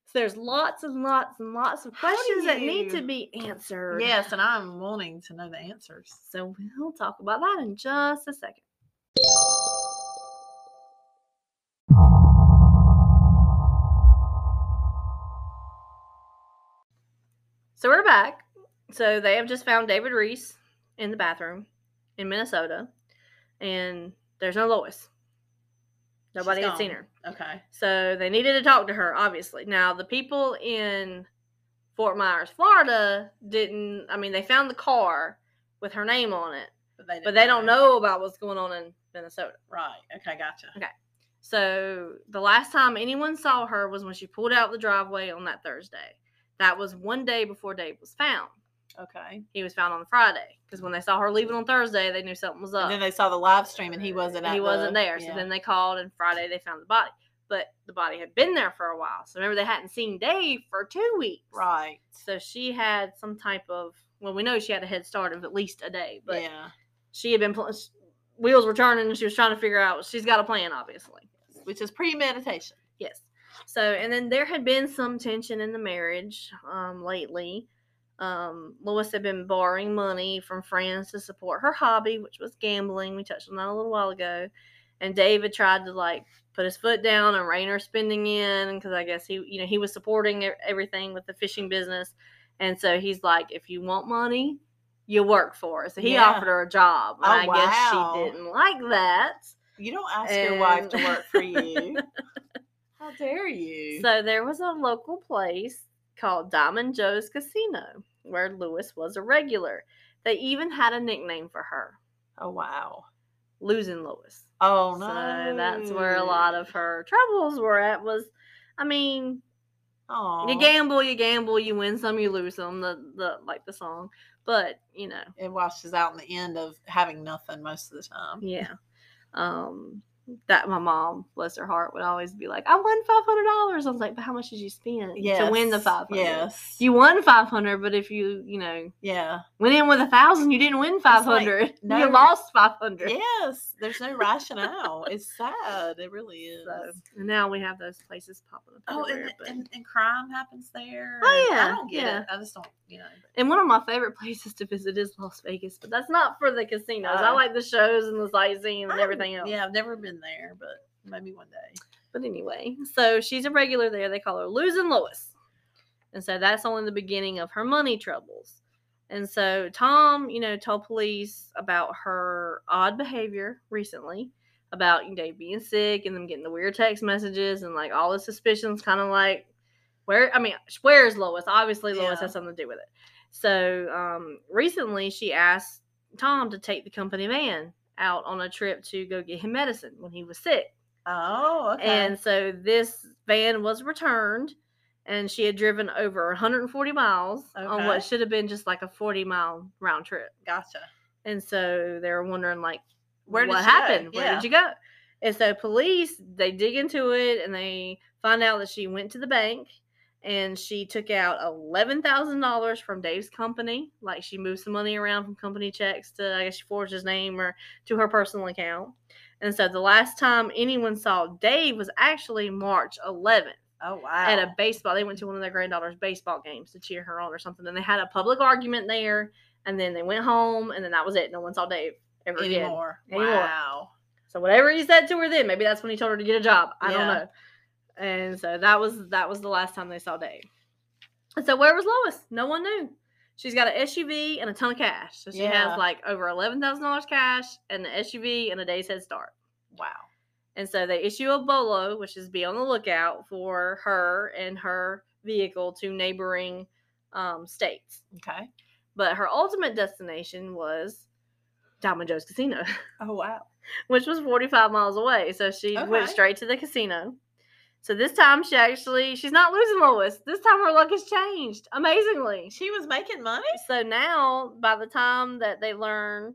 [SPEAKER 2] So there's lots and lots and lots of
[SPEAKER 1] How do
[SPEAKER 2] questions that need to
[SPEAKER 1] you-
[SPEAKER 2] be answered.
[SPEAKER 1] Yes, and I'm wanting to know the answers.
[SPEAKER 2] So we'll talk about that in just a second. So we're back. So they have just found David Reese in the bathroom in Minnesota, and there's no Lois. Nobody had seen
[SPEAKER 1] gone.
[SPEAKER 2] her.
[SPEAKER 1] Okay.
[SPEAKER 2] So they needed to talk to her, obviously. Now, the people in Fort Myers, Florida, didn't, I mean, they found the car with her name on it,
[SPEAKER 1] But they,
[SPEAKER 2] but they don't
[SPEAKER 1] know.
[SPEAKER 2] know about what's going on in Minnesota.
[SPEAKER 1] Right. Okay. Gotcha.
[SPEAKER 2] So the last time anyone saw her was when she pulled out the driveway on that Thursday. That was one day before Dave was found.
[SPEAKER 1] Okay.
[SPEAKER 2] He was found on Friday because when they saw her leaving on Thursday, they knew something was up.
[SPEAKER 1] And then they saw the live stream and he wasn't at
[SPEAKER 2] he wasn't
[SPEAKER 1] the-
[SPEAKER 2] there.
[SPEAKER 1] yeah.
[SPEAKER 2] So then they called, and Friday they found the body. But the body had been there for a while. So remember, they hadn't seen Dave for two weeks.
[SPEAKER 1] Right.
[SPEAKER 2] So she had some type of well, we know she had a head start of at least a day, but
[SPEAKER 1] yeah.
[SPEAKER 2] she had been pl- s- wheels were turning, and she was trying to figure out. She's got a plan, obviously.
[SPEAKER 1] Which is premeditation.
[SPEAKER 2] Yes. So, and then there had been some tension in the marriage um, lately. Um, Lois had been borrowing money from friends to support her hobby, which was gambling. We touched on that a little while ago. And David tried to like put his foot down and rein her spending in because I guess he, you know, he was supporting e- everything with the fishing business. And so he's like, if you want money, you work for it. So he
[SPEAKER 1] Yeah.
[SPEAKER 2] offered her a job. And
[SPEAKER 1] Oh,
[SPEAKER 2] I
[SPEAKER 1] wow.
[SPEAKER 2] guess she didn't like that.
[SPEAKER 1] You don't ask your wife to
[SPEAKER 2] And-
[SPEAKER 1] work for you. How dare you?
[SPEAKER 2] So there was a local place called Diamond Joe's Casino where Lewis was a regular. They even had a nickname for her,
[SPEAKER 1] oh wow.
[SPEAKER 2] Losing Lewis.
[SPEAKER 1] Oh no.
[SPEAKER 2] So that's where a lot of her troubles were at was I mean,
[SPEAKER 1] Aw.
[SPEAKER 2] you gamble, you gamble, you win some, you lose some, the the like the song. But, you know,
[SPEAKER 1] It washes out in the end of having nothing most of the time.
[SPEAKER 2] yeah. Um that my mom, bless her heart, would always be like, I won five hundred dollars. I was like, But how much did you spend to win the
[SPEAKER 1] Yes,
[SPEAKER 2] five hundred?
[SPEAKER 1] Yes.
[SPEAKER 2] You won five hundred, but if you, you know,
[SPEAKER 1] yeah.
[SPEAKER 2] went in with a thousand. You didn't win five
[SPEAKER 1] like,
[SPEAKER 2] hundred.
[SPEAKER 1] no-
[SPEAKER 2] You lost five hundred.
[SPEAKER 1] Yes. There's no rationale. It's sad. It really is.
[SPEAKER 2] So and now we have those places popping up.
[SPEAKER 1] Oh,
[SPEAKER 2] everywhere,
[SPEAKER 1] and,
[SPEAKER 2] but-
[SPEAKER 1] and, and crime happens there.
[SPEAKER 2] Oh,
[SPEAKER 1] and
[SPEAKER 2] yeah,
[SPEAKER 1] I don't get
[SPEAKER 2] yeah.
[SPEAKER 1] it. I just don't, you know. but-
[SPEAKER 2] and one of my favorite places to visit is Las Vegas, but that's not for the casinos. I
[SPEAKER 1] Oh.
[SPEAKER 2] like the shows and the sightseeing and
[SPEAKER 1] I-
[SPEAKER 2] everything else.
[SPEAKER 1] Yeah, I've never been there, but maybe one day.
[SPEAKER 2] But anyway, so she's a regular there. They call her Losing Lois. And so that's only the beginning of her money troubles. And so Tom, you know, told police about her odd behavior recently, about you know being sick and them getting the weird text messages and like all the suspicions, kind of like where I mean, where's Lois? Obviously, Lois
[SPEAKER 1] Yeah.
[SPEAKER 2] has something to do with it. So um, recently, she asked Tom to take the company van out on a trip to go get him medicine when he was sick.
[SPEAKER 1] Oh, okay.
[SPEAKER 2] And so this van was returned, and she had driven over 140 miles on
[SPEAKER 1] Okay.
[SPEAKER 2] what should have been just like a 40 mile round trip.
[SPEAKER 1] gotcha.
[SPEAKER 2] And so they were wondering, like,
[SPEAKER 1] Where did
[SPEAKER 2] what
[SPEAKER 1] she go?
[SPEAKER 2] happened? Where
[SPEAKER 1] Yeah.
[SPEAKER 2] did you go? And so police they dig into it and they find out that she went to the bank and she took out eleven thousand dollars from Dave's company. Like she moved some money around from company checks to I guess she forged his name or to her personal account. And so the last time anyone saw Dave was actually March 11th
[SPEAKER 1] Oh wow.
[SPEAKER 2] at a baseball. They went to one of their granddaughter's baseball games to cheer her on or something. And they had a public argument there. And then they went home. And then that was it. No one saw Dave ever again.
[SPEAKER 1] anymore.
[SPEAKER 2] Anymore.
[SPEAKER 1] Wow.
[SPEAKER 2] So whatever he said to her then, maybe that's when he told her to get a job. I don't
[SPEAKER 1] Yeah.
[SPEAKER 2] know. And so that was that was the last time they saw Dave. And so where was Lois? No one knew. She's got an SUV and a ton of cash. So she
[SPEAKER 1] Yeah.
[SPEAKER 2] has like over eleven thousand dollars cash and an SUV and a day's head start.
[SPEAKER 1] Wow.
[SPEAKER 2] And so they issue a bolo, which is be on the lookout for her and her vehicle to neighboring um, states.
[SPEAKER 1] Okay.
[SPEAKER 2] But her ultimate destination was Diamond Joe's Casino,
[SPEAKER 1] Oh wow.
[SPEAKER 2] which was 45 miles away. So she
[SPEAKER 1] Okay.
[SPEAKER 2] went straight to the casino. So this time she actually, she's not losing Lois. This time her luck has changed amazingly.
[SPEAKER 1] She was making money.
[SPEAKER 2] So now, by the time that they learn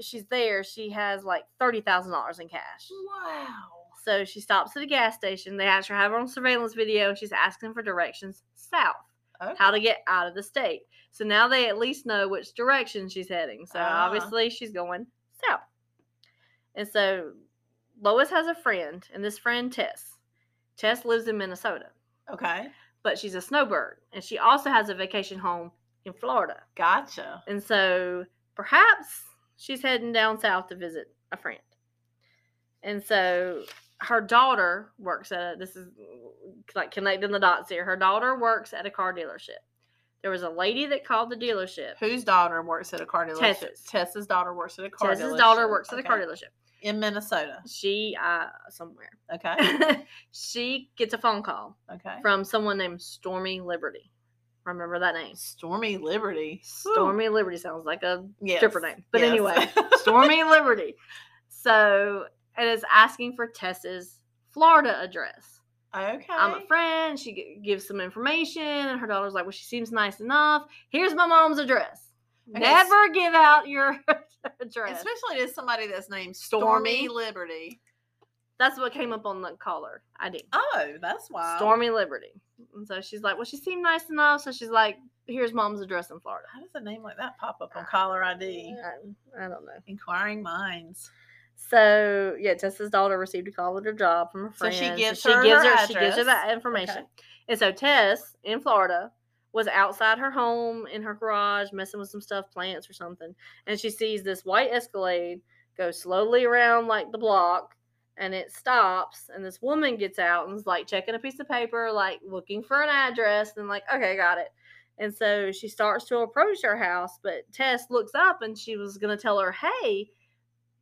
[SPEAKER 2] she's there, she has like $30,000 in cash.
[SPEAKER 1] Wow.
[SPEAKER 2] So she stops at a gas station. They actually have her on surveillance video. and She's asking for directions south,
[SPEAKER 1] Okay.
[SPEAKER 2] how to get out of the state. So now they at least know which direction she's heading. So
[SPEAKER 1] Ah.
[SPEAKER 2] obviously she's going south. And so Lois has a friend, and this friend, Tess. Tess lives in Minnesota,
[SPEAKER 1] Okay.
[SPEAKER 2] but she's a snowbird, and she also has a vacation home in Florida.
[SPEAKER 1] Gotcha.
[SPEAKER 2] And so perhaps she's heading down south to visit a friend. And so her daughter works at a, this is like connecting the dots here. Her daughter works at a car dealership. There was a lady that called the dealership.
[SPEAKER 1] Whose daughter works at a car dealership?
[SPEAKER 2] Tess's.
[SPEAKER 1] Tess's daughter works at a car dealership.
[SPEAKER 2] Tess's daughter works at a car
[SPEAKER 1] Okay.
[SPEAKER 2] dealership.
[SPEAKER 1] in Minnesota.
[SPEAKER 2] She uh somewhere.
[SPEAKER 1] Okay.
[SPEAKER 2] she gets a phone call
[SPEAKER 1] Okay.
[SPEAKER 2] from someone named Stormy Liberty. Remember that name?
[SPEAKER 1] Stormy Liberty. Whew.
[SPEAKER 2] Stormy Liberty sounds like a
[SPEAKER 1] Yes.
[SPEAKER 2] stripper name. But
[SPEAKER 1] Yes.
[SPEAKER 2] anyway, Stormy Liberty. So and it's asking for Tess's Florida address.
[SPEAKER 1] okay.
[SPEAKER 2] I'm a friend. She g- gives some information, and her daughter's like, "Well, she seems nice enough. Here's my mom's address.
[SPEAKER 1] Okay, s-
[SPEAKER 2] Never give out your address."
[SPEAKER 1] Especially to somebody that's named Stormy,
[SPEAKER 2] Stormy.
[SPEAKER 1] Liberty.
[SPEAKER 2] That's what came up on the caller ID.
[SPEAKER 1] Oh, that's why.
[SPEAKER 2] Stormy Liberty. And so she's like, "Well, she seemed nice enough." So she's like, "Here's mom's address in Florida."
[SPEAKER 1] How does a name like that pop up on caller ID?
[SPEAKER 2] I, I don't know.
[SPEAKER 1] Inquiring minds.
[SPEAKER 2] So yeah, Tessa's daughter received a call at her job from a
[SPEAKER 1] So
[SPEAKER 2] friend.
[SPEAKER 1] she gives
[SPEAKER 2] she
[SPEAKER 1] her
[SPEAKER 2] gives
[SPEAKER 1] her
[SPEAKER 2] she gives her
[SPEAKER 1] address.
[SPEAKER 2] that information.
[SPEAKER 1] Okay.
[SPEAKER 2] And so Tess in Florida was outside her home in her garage messing with some stuff, plants or something, and she sees this white Escalade go slowly around like the block, and it stops, and this woman gets out and is like checking a piece of paper, like looking for an address, and like okay, got it. And so she starts to approach her house, but Tess looks up and she was gonna tell her, "Hey,"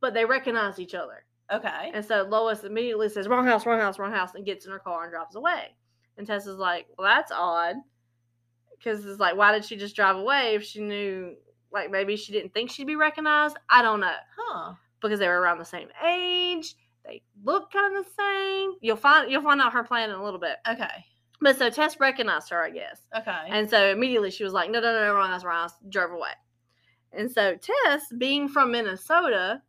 [SPEAKER 2] but they recognize each other.
[SPEAKER 1] Okay.
[SPEAKER 2] And so Lois immediately says, wrong house, wrong house, wrong house, and gets in her car and drives away. And Tessa's like, well, that's odd. Because it's like, why did she just drive away if she knew, like, maybe she didn't think she'd be recognized? I don't know.
[SPEAKER 1] Huh.
[SPEAKER 2] Because they were around the same age. They look kind of the same. You'll find you'll find out her plan in a little bit.
[SPEAKER 1] Okay.
[SPEAKER 2] But so Tess recognized her, I guess.
[SPEAKER 1] Okay.
[SPEAKER 2] And so immediately she was like, no, no, no, no, wrong house, wrong house, drove away. And so Tess, being from Minnesota,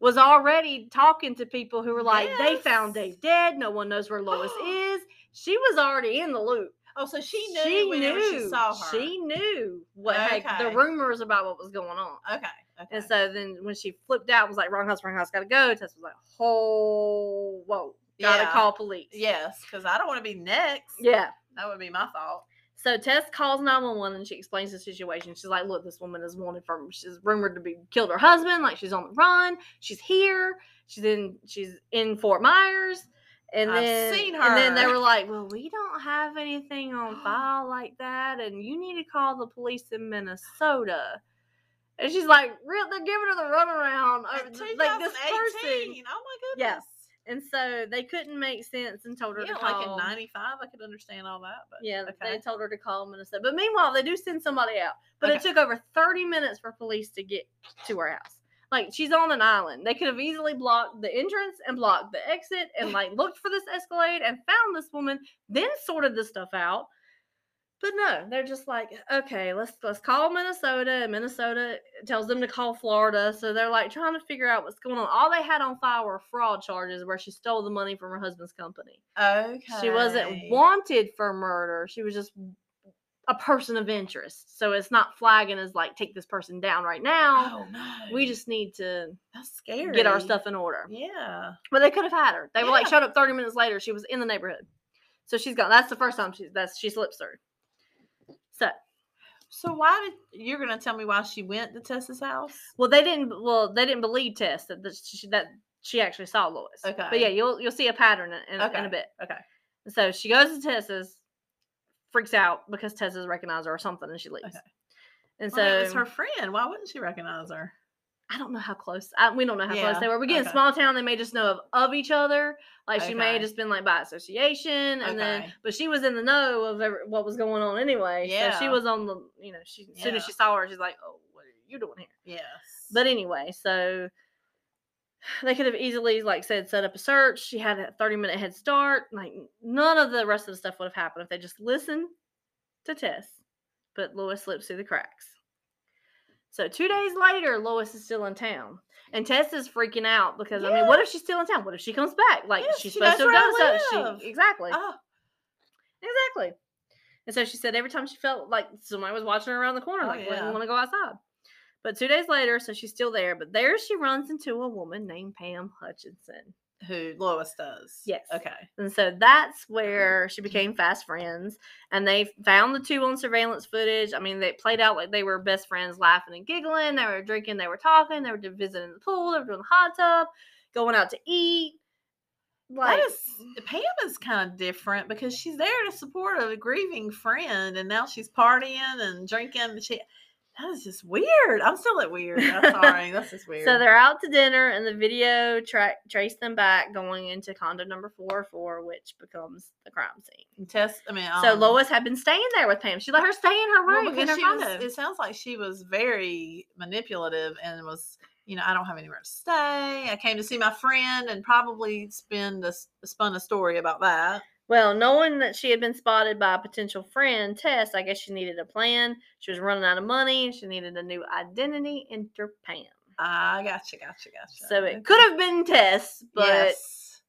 [SPEAKER 2] was already talking to people who were like, they found
[SPEAKER 1] Yes.
[SPEAKER 2] Dave dead. No one knows where Lois is. She was already in the loop.
[SPEAKER 1] oh, so she knew whenever she saw her.
[SPEAKER 2] She knew what had the
[SPEAKER 1] Okay.
[SPEAKER 2] rumors about what was going on.
[SPEAKER 1] Okay. okay.
[SPEAKER 2] And so then when she flipped out, and was like, wrong house, wrong house, gotta go. Tess was like, oh, whoa, gotta
[SPEAKER 1] Yeah.
[SPEAKER 2] call police.
[SPEAKER 1] yes, because I don't want to be next.
[SPEAKER 2] Yeah.
[SPEAKER 1] That would be my fault.
[SPEAKER 2] So Tess calls 911 and she explains the situation. She's like, look, this woman is wanted from she's rumored to be killed her husband, like she's on the run, she's here, she's in she's in Fort Myers. And
[SPEAKER 1] I've
[SPEAKER 2] then,
[SPEAKER 1] seen
[SPEAKER 2] And then they
[SPEAKER 1] her.
[SPEAKER 2] were like, "Well, we don't have anything on file like that, and you need to call the police in Minnesota." And she's like, "Real, they're giving her the runaround,
[SPEAKER 1] Uh,
[SPEAKER 2] over th- Uh, like this person."
[SPEAKER 1] Oh my
[SPEAKER 2] Yeah.
[SPEAKER 1] goodness.
[SPEAKER 2] And so they couldn't make sense and told her
[SPEAKER 1] Yeah,
[SPEAKER 2] to call.
[SPEAKER 1] like in '95, I could understand all that, but
[SPEAKER 2] Yeah,
[SPEAKER 1] okay.
[SPEAKER 2] they told her to call Minnesota. But meanwhile, they do send somebody out. But it
[SPEAKER 1] Okay.
[SPEAKER 2] took over 30 minutes for police to get to her house. Like she's on an island. They could have easily blocked the entrance and blocked the exit and like looked for this escalade and found this woman, then sorted this stuff out. But no, they're just like, okay, let's let's call Minnesota. And Minnesota tells them to call Florida. So they're like trying to figure out what's going on. All they had on file were fraud charges where she stole the money from her husband's company.
[SPEAKER 1] okay,
[SPEAKER 2] She wasn't wanted for murder. She was just a person of interest. So it's not flagging as like take this person down right now.
[SPEAKER 1] Oh no,
[SPEAKER 2] We just need to
[SPEAKER 1] that's scary.
[SPEAKER 2] get our stuff in order.
[SPEAKER 1] Yeah,
[SPEAKER 2] But they could have had her. They were like
[SPEAKER 1] Yeah.
[SPEAKER 2] showed up 30 minutes later. She was in the neighborhood. So she's gone. That's the first time she's that's she slips through. So
[SPEAKER 1] So why did you're gonna tell me why she went to Tessa's house?
[SPEAKER 2] well they didn't well they didn't believe Tess that that she, that she actually saw Lois. But
[SPEAKER 1] Okay.
[SPEAKER 2] yeah, you'll you'll see a pattern in, in, in
[SPEAKER 1] Okay.
[SPEAKER 2] a bit.
[SPEAKER 1] Okay.
[SPEAKER 2] So she goes to Tessa's, freaks out because Tessa's recognized her or something, and she leaves.
[SPEAKER 1] Okay.
[SPEAKER 2] And
[SPEAKER 1] well, it
[SPEAKER 2] so
[SPEAKER 1] was her friend. Why wouldn't she recognize her?
[SPEAKER 2] I don't know how close. I, we don't know how close
[SPEAKER 1] Yeah,
[SPEAKER 2] they were. But again,
[SPEAKER 1] okay.
[SPEAKER 2] small town, they may just know of, of each other. Like she may
[SPEAKER 1] Okay.
[SPEAKER 2] have just been like by association, and then
[SPEAKER 1] Okay.
[SPEAKER 2] but she was in the know of every, what was going on anyway. So she
[SPEAKER 1] Yeah.
[SPEAKER 2] was on the you know she as soon as
[SPEAKER 1] Yeah.
[SPEAKER 2] she saw her, she's like, oh, what are you doing here?
[SPEAKER 1] Yes.
[SPEAKER 2] But anyway, so they could have easily, like said, set up a search. She had a 30 minute head start. Like none of the rest of the stuff would have happened if they just listened to Tess. But Lois slips through the cracks. So two days later, Lois is still in town. And Tess is freaking out because I mean, what if she's still in town? What if she comes back? Like
[SPEAKER 1] Yes,
[SPEAKER 2] she's
[SPEAKER 1] she
[SPEAKER 2] supposed
[SPEAKER 1] knows
[SPEAKER 2] to
[SPEAKER 1] where
[SPEAKER 2] go.
[SPEAKER 1] I
[SPEAKER 2] So
[SPEAKER 1] live.
[SPEAKER 2] she exactly.
[SPEAKER 1] oh,
[SPEAKER 2] Exactly. And so she said every time she felt like somebody was watching her around the corner,
[SPEAKER 1] Oh,
[SPEAKER 2] like,
[SPEAKER 1] yeah.
[SPEAKER 2] wouldn't want to go outside. But two days later, so she's still there, but there she runs into a woman named Pam Hutchinson.
[SPEAKER 1] who Lois does?
[SPEAKER 2] Yes.
[SPEAKER 1] Okay.
[SPEAKER 2] And so that's where she became fast friends. And they found the two on surveillance footage. I mean, they played out like they were best friends, laughing and giggling. They were drinking, they were talking, they were d- visiting the pool, they were doing the hot tub, going out to eat. Like,
[SPEAKER 1] that is Pam is kind of different because she's there to support a grieving friend, and now she's partying and drinking. and She that is just weird. I'm still at weird. I'm sorry. That's just weird.
[SPEAKER 2] So they're out to dinner, and the video tra- traced them back going into condo number four four, which becomes the crime scene.
[SPEAKER 1] And Tess. I mean,
[SPEAKER 2] so
[SPEAKER 1] um,
[SPEAKER 2] Lois had been staying there with Pam. She let her stay in her
[SPEAKER 1] Well,
[SPEAKER 2] room in
[SPEAKER 1] because
[SPEAKER 2] her
[SPEAKER 1] she was,
[SPEAKER 2] condo.
[SPEAKER 1] it sounds like she was very manipulative and was, you know, I don't have anywhere to stay. I came to see my friend and probably spin a, spun a story about that.
[SPEAKER 2] well, knowing that she had been spotted by a potential friend, Tess, I guess she needed a plan. She was running out of money, and she needed a new identity. Enter Pam.
[SPEAKER 1] I Ah, gotcha, gotcha, gotcha.
[SPEAKER 2] So it could have been Tess, but
[SPEAKER 1] Yes.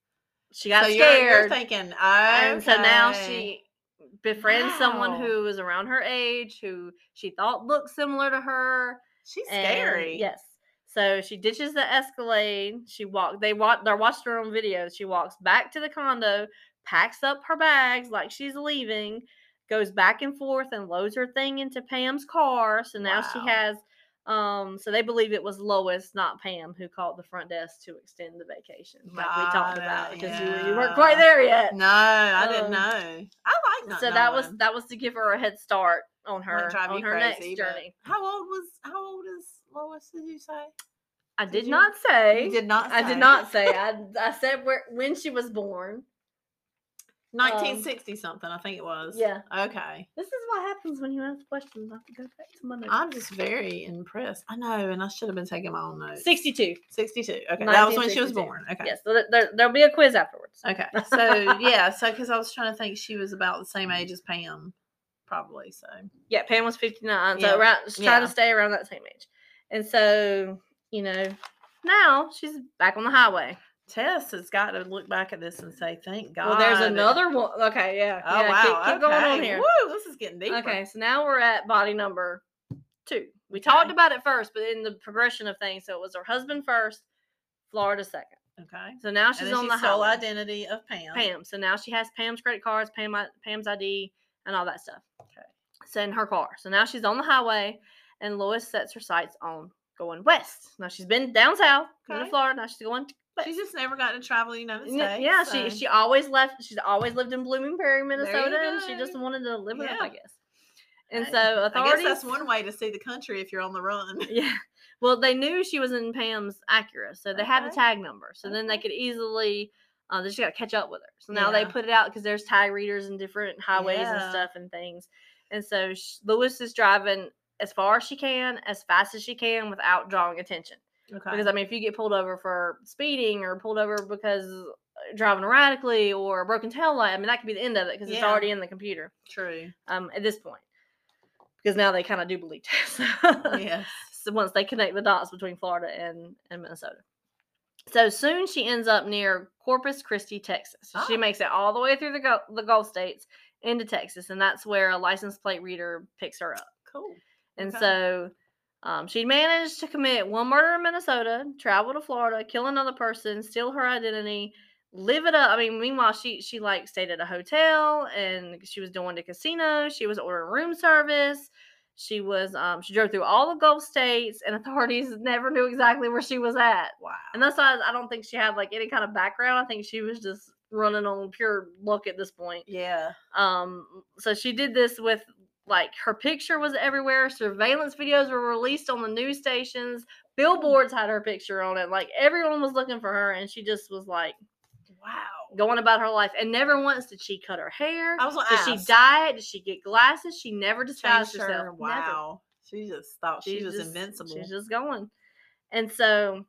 [SPEAKER 2] she got
[SPEAKER 1] so you're- You're,
[SPEAKER 2] scared.
[SPEAKER 1] thinking,
[SPEAKER 2] And so now
[SPEAKER 1] "Okay."
[SPEAKER 2] she befriends someone
[SPEAKER 1] Wow.
[SPEAKER 2] who was around her age, who she thought looked similar to her.
[SPEAKER 1] she's
[SPEAKER 2] and-
[SPEAKER 1] scary.
[SPEAKER 2] yes. So she ditches the Escalade. She walked. They walk. They're watching her on video. She walks back to the condo, packs up her bags like she's leaving, goes back and forth and loads her thing into Pam's car. So now she
[SPEAKER 1] Wow.
[SPEAKER 2] has. Um. So they believe it was Lois, not Pam, who called the front desk to extend the vacation, like we
[SPEAKER 1] Got
[SPEAKER 2] talked
[SPEAKER 1] it,
[SPEAKER 2] about, because you, you weren't quite
[SPEAKER 1] yeah.
[SPEAKER 2] there yet.
[SPEAKER 1] No, I
[SPEAKER 2] Um,
[SPEAKER 1] didn't know. I like not
[SPEAKER 2] So that was
[SPEAKER 1] knowing.
[SPEAKER 2] that was to give her a head start on
[SPEAKER 1] Might
[SPEAKER 2] her
[SPEAKER 1] drive
[SPEAKER 2] on
[SPEAKER 1] you
[SPEAKER 2] her
[SPEAKER 1] crazy,
[SPEAKER 2] next
[SPEAKER 1] but
[SPEAKER 2] journey.
[SPEAKER 1] How old was how old is Lois? Did you say?
[SPEAKER 2] I
[SPEAKER 1] did
[SPEAKER 2] did
[SPEAKER 1] you-
[SPEAKER 2] not say.
[SPEAKER 1] You did not.
[SPEAKER 2] I did
[SPEAKER 1] say.
[SPEAKER 2] not um say. I I said where when she was born.
[SPEAKER 1] 1960 something, I think it was.
[SPEAKER 2] yeah.
[SPEAKER 1] Okay.
[SPEAKER 2] This is what happens when you ask questions. I have to go back to my notes.
[SPEAKER 1] I'm just very impressed. I know, and I should have been taking my own notes.
[SPEAKER 2] Sixty-two.
[SPEAKER 1] 62. Okay. That was when she was
[SPEAKER 2] 1962.
[SPEAKER 1] born. Okay.
[SPEAKER 2] Yes. So there- there, there'll be a quiz afterwards.
[SPEAKER 1] Okay. So, yeah. So, because I was trying to think she was about the same age as Pam, probably. So,
[SPEAKER 2] Yeah, Pam was 59.
[SPEAKER 1] Yeah.
[SPEAKER 2] So around, just trying
[SPEAKER 1] Yeah.
[SPEAKER 2] to stay around that same age. And so, you know, now she's back on the highway.
[SPEAKER 1] Tess has got to look back at this and say, thank God.
[SPEAKER 2] well, there's
[SPEAKER 1] that-
[SPEAKER 2] another one. Okay, yeah.
[SPEAKER 1] Oh,
[SPEAKER 2] yeah,
[SPEAKER 1] wow.
[SPEAKER 2] Keep, keep going on
[SPEAKER 1] okay.
[SPEAKER 2] here.
[SPEAKER 1] Woo, this is getting deep.
[SPEAKER 2] Okay, so now we're at body number two. We talked
[SPEAKER 1] Okay.
[SPEAKER 2] about it first, but in the progression of things, so it was her husband first, Florida second.
[SPEAKER 1] Okay.
[SPEAKER 2] So now
[SPEAKER 1] She's
[SPEAKER 2] she's
[SPEAKER 1] and then
[SPEAKER 2] on
[SPEAKER 1] she
[SPEAKER 2] the
[SPEAKER 1] sole
[SPEAKER 2] highway.
[SPEAKER 1] identity of Pam.
[SPEAKER 2] Pam. So now she has Pam's credit cards, Pam I- Pam's ID, and all that stuff.
[SPEAKER 1] Okay.
[SPEAKER 2] So in her car. So now she's on the highway, and Lois sets her sights on going west. Now she's been down south, going to
[SPEAKER 1] Okay.
[SPEAKER 2] Florida. Now she's going But-
[SPEAKER 1] She's just never gotten to travel the United
[SPEAKER 2] N-
[SPEAKER 1] States.
[SPEAKER 2] yeah,
[SPEAKER 1] so-
[SPEAKER 2] she she always left. She's always lived in Bloomingberry,
[SPEAKER 1] you
[SPEAKER 2] Minnesota, and she
[SPEAKER 1] go.
[SPEAKER 2] just wanted to live it up, I
[SPEAKER 1] Yeah.
[SPEAKER 2] guess. And
[SPEAKER 1] Hey,
[SPEAKER 2] so
[SPEAKER 1] I guess
[SPEAKER 2] authorities.
[SPEAKER 1] that's one way to see the country if you're on the run.
[SPEAKER 2] Yeah. Well, they knew she was in Pam's Acura, so they had the
[SPEAKER 1] Okay.
[SPEAKER 2] tag number. So then they
[SPEAKER 1] Okay.
[SPEAKER 2] could easily. Uh, they just got to catch up with her. So now they
[SPEAKER 1] Yeah.
[SPEAKER 2] put it out because there's tag readers and different highways and
[SPEAKER 1] Yeah.
[SPEAKER 2] stuff and things. And so sh- Lewis is driving as far as she can, as fast as she can, without drawing attention.
[SPEAKER 1] Okay.
[SPEAKER 2] Because I mean, if you get pulled over for speeding or pulled over because uh, driving erratically or a broken tail light, I mean that could be the end of it because it's
[SPEAKER 1] Yeah.
[SPEAKER 2] already in the computer
[SPEAKER 1] True.
[SPEAKER 2] um, at this point. Because now they kind of do believe tests
[SPEAKER 1] Yes.
[SPEAKER 2] so once they connect the dots between Florida and, and Minnesota. So soon she ends up near Corpus Christi, Texas. She
[SPEAKER 1] Oh.
[SPEAKER 2] makes it all the way through the Gulf, the Gulf states into Texas, and that's where a license plate reader picks her up.
[SPEAKER 1] Cool.
[SPEAKER 2] And
[SPEAKER 1] Okay.
[SPEAKER 2] so um, she managed to commit one murder in Minnesota, travel to Florida, kill another person, steal her identity, live it up. I mean, meanwhile, she she like stayed at a hotel and she was doing the casino. She was ordering room service. She was um, she drove through all the Gulf states, and authorities never knew exactly where she was at.
[SPEAKER 1] Wow.
[SPEAKER 2] And that's why I don't think she had like any kind of background. I think she was just running on pure luck at this point.
[SPEAKER 1] yeah.
[SPEAKER 2] Um, so she did this with like her picture was everywhere. Surveillance videos were released on the news stations. Billboards had her picture on it. Like everyone was looking for her, and she just was like
[SPEAKER 1] Wow.
[SPEAKER 2] going about her life. And never once did she cut her hair.
[SPEAKER 1] I was gonna
[SPEAKER 2] Did
[SPEAKER 1] ask.
[SPEAKER 2] she dye it? Did she get glasses? She never disguised
[SPEAKER 1] Changed her.
[SPEAKER 2] herself. Never.
[SPEAKER 1] Wow. She just thought she,
[SPEAKER 2] She's
[SPEAKER 1] was
[SPEAKER 2] just-
[SPEAKER 1] invincible.
[SPEAKER 2] She's just going. And so,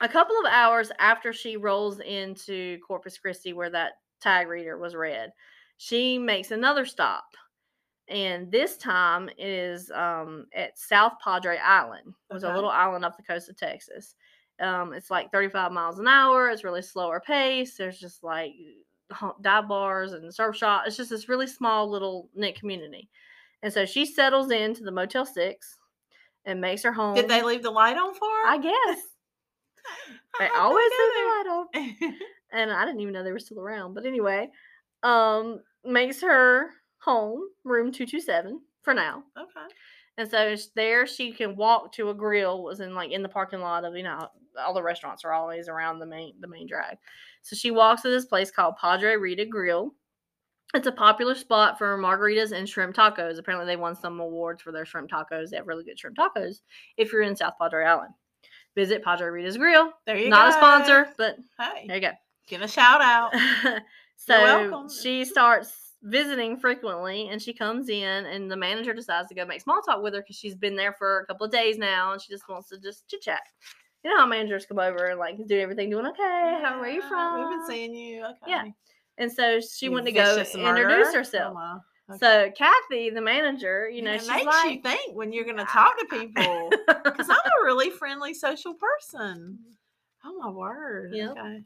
[SPEAKER 2] a couple of hours after she rolls into Corpus Christi, where that tag reader was read, she makes another stop. And this time it is um, at South Padre Island, which is a
[SPEAKER 1] Okay.
[SPEAKER 2] little island off the coast of Texas. Um, it's like 35 miles an hour. It's really slower pace. There's just like hum- dive bars and surf shop. It's just this really small little knit community. And so she settles into the Motel 6 and makes her home.
[SPEAKER 1] Did they leave the light on for her?
[SPEAKER 2] I guess. They
[SPEAKER 1] How'd
[SPEAKER 2] always
[SPEAKER 1] go
[SPEAKER 2] leave the
[SPEAKER 1] there?
[SPEAKER 2] light on. And I didn't even know they were still around. But anyway, um, makes her home, room 227 for now.
[SPEAKER 1] okay.
[SPEAKER 2] And so it's there she can walk to a grill was in like in the parking lot of you know all the restaurants are always around the main the main drag. So she walks to this place called Padre Rita Grill. It's a popular spot for margaritas and shrimp tacos. Apparently they won some awards for their shrimp tacos. They have really good shrimp tacos if you're in South Padre Island. Visit Padre Rita's Grill.
[SPEAKER 1] There you
[SPEAKER 2] Not
[SPEAKER 1] go.
[SPEAKER 2] a sponsor, but there
[SPEAKER 1] Hey,
[SPEAKER 2] you go.
[SPEAKER 1] get a shout out.
[SPEAKER 2] so
[SPEAKER 1] welcome.
[SPEAKER 2] she starts visiting frequently and she comes in and the manager decides to go make small talk with her because she's been there for a couple of days now and she just wants to just chit chat. You know how managers come over and like do everything doing okay, how are you
[SPEAKER 1] Yeah,
[SPEAKER 2] from?
[SPEAKER 1] We've been seeing you. Okay.
[SPEAKER 2] Yeah. And so she
[SPEAKER 1] You
[SPEAKER 2] went to go
[SPEAKER 1] vicious
[SPEAKER 2] introduce
[SPEAKER 1] murderer. Oh,
[SPEAKER 2] herself.
[SPEAKER 1] my. Okay.
[SPEAKER 2] So Kathy, the manager, you know,
[SPEAKER 1] it
[SPEAKER 2] she's
[SPEAKER 1] makes
[SPEAKER 2] like
[SPEAKER 1] you think when you're going to talk to people because I'm a really friendly social person. Oh my word.
[SPEAKER 2] Mm. Yep.
[SPEAKER 1] Okay.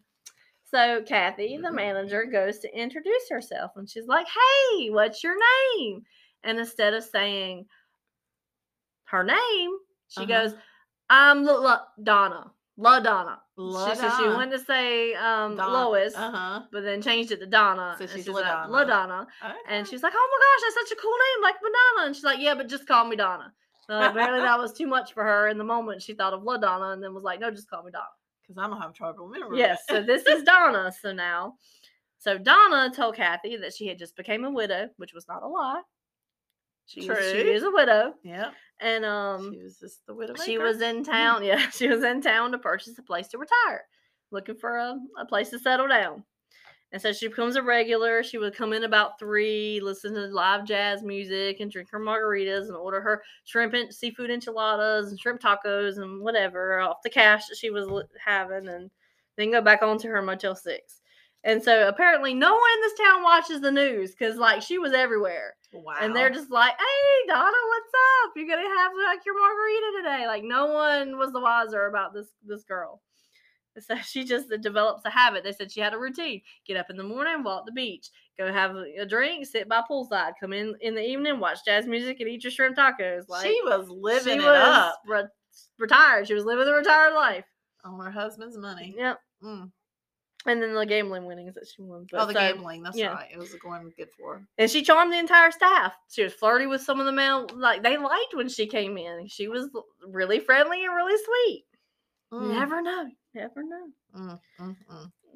[SPEAKER 2] So Kathy,
[SPEAKER 1] Mm-hmm.
[SPEAKER 2] the manager, goes to introduce herself and she's like, Hey, what's your name? And instead of saying her name, she
[SPEAKER 1] Uh-huh.
[SPEAKER 2] goes, I'm La, La- Donna. La Donna.
[SPEAKER 1] La
[SPEAKER 2] she, so she
[SPEAKER 1] Donna.
[SPEAKER 2] wanted to say um,
[SPEAKER 1] Don-
[SPEAKER 2] Lois,
[SPEAKER 1] Uh
[SPEAKER 2] but then changed it to Donna.
[SPEAKER 1] So
[SPEAKER 2] and
[SPEAKER 1] she's La
[SPEAKER 2] like,
[SPEAKER 1] Donna.
[SPEAKER 2] La Donna.
[SPEAKER 1] huh.
[SPEAKER 2] And she's like, Oh my gosh, that's such a cool name, like banana. And she's like, Yeah, but just call me Donna. So apparently that was too much for her in the moment. She thought of La Donna and then was like, No, just call me Donna.
[SPEAKER 1] because I'm gonna have trouble remembering.
[SPEAKER 2] Yes,
[SPEAKER 1] it.
[SPEAKER 2] so this is Donna. So now, so Donna told Kathy that she had just became a widow, which was not a lie. She, Is, she
[SPEAKER 1] True.
[SPEAKER 2] is a widow,
[SPEAKER 1] Yep.
[SPEAKER 2] and um,
[SPEAKER 1] she was just the widow.
[SPEAKER 2] she was in town. Yeah, she was in town to purchase a place to retire, looking for a, a place to settle down. And so she becomes a regular. She would come in about three, listen to live jazz music, and drink her margaritas, and order her shrimp and seafood enchiladas and shrimp tacos and whatever off the cash that she was li- having, and then go back on to her Motel Six. And so apparently, no one in this town watches the news because like she was everywhere.
[SPEAKER 1] Wow.
[SPEAKER 2] And they're just like, hey, Donna, what's up? You're gonna have like your margarita today. Like no one was the wiser about this this girl. So she just develops a habit. They said she had a routine. Get up in the morning, walk the beach, go have a drink, sit by poolside, come in in the evening, watch jazz music, and eat your shrimp tacos. Like
[SPEAKER 1] she was living
[SPEAKER 2] she
[SPEAKER 1] it up
[SPEAKER 2] re- retired. She was living the retired life.
[SPEAKER 1] on her husband's money.
[SPEAKER 2] Yep.
[SPEAKER 1] Mm.
[SPEAKER 2] And then the gambling winnings that she won.
[SPEAKER 1] Oh, the
[SPEAKER 2] so-
[SPEAKER 1] gambling. That's
[SPEAKER 2] yeah.
[SPEAKER 1] right. It was going good for her.
[SPEAKER 2] And she charmed the entire staff. She was flirty with some of the male, like they liked when she came in. She was l- really friendly and really sweet.
[SPEAKER 1] Mm,
[SPEAKER 2] Never know, never know.
[SPEAKER 1] mm, mm,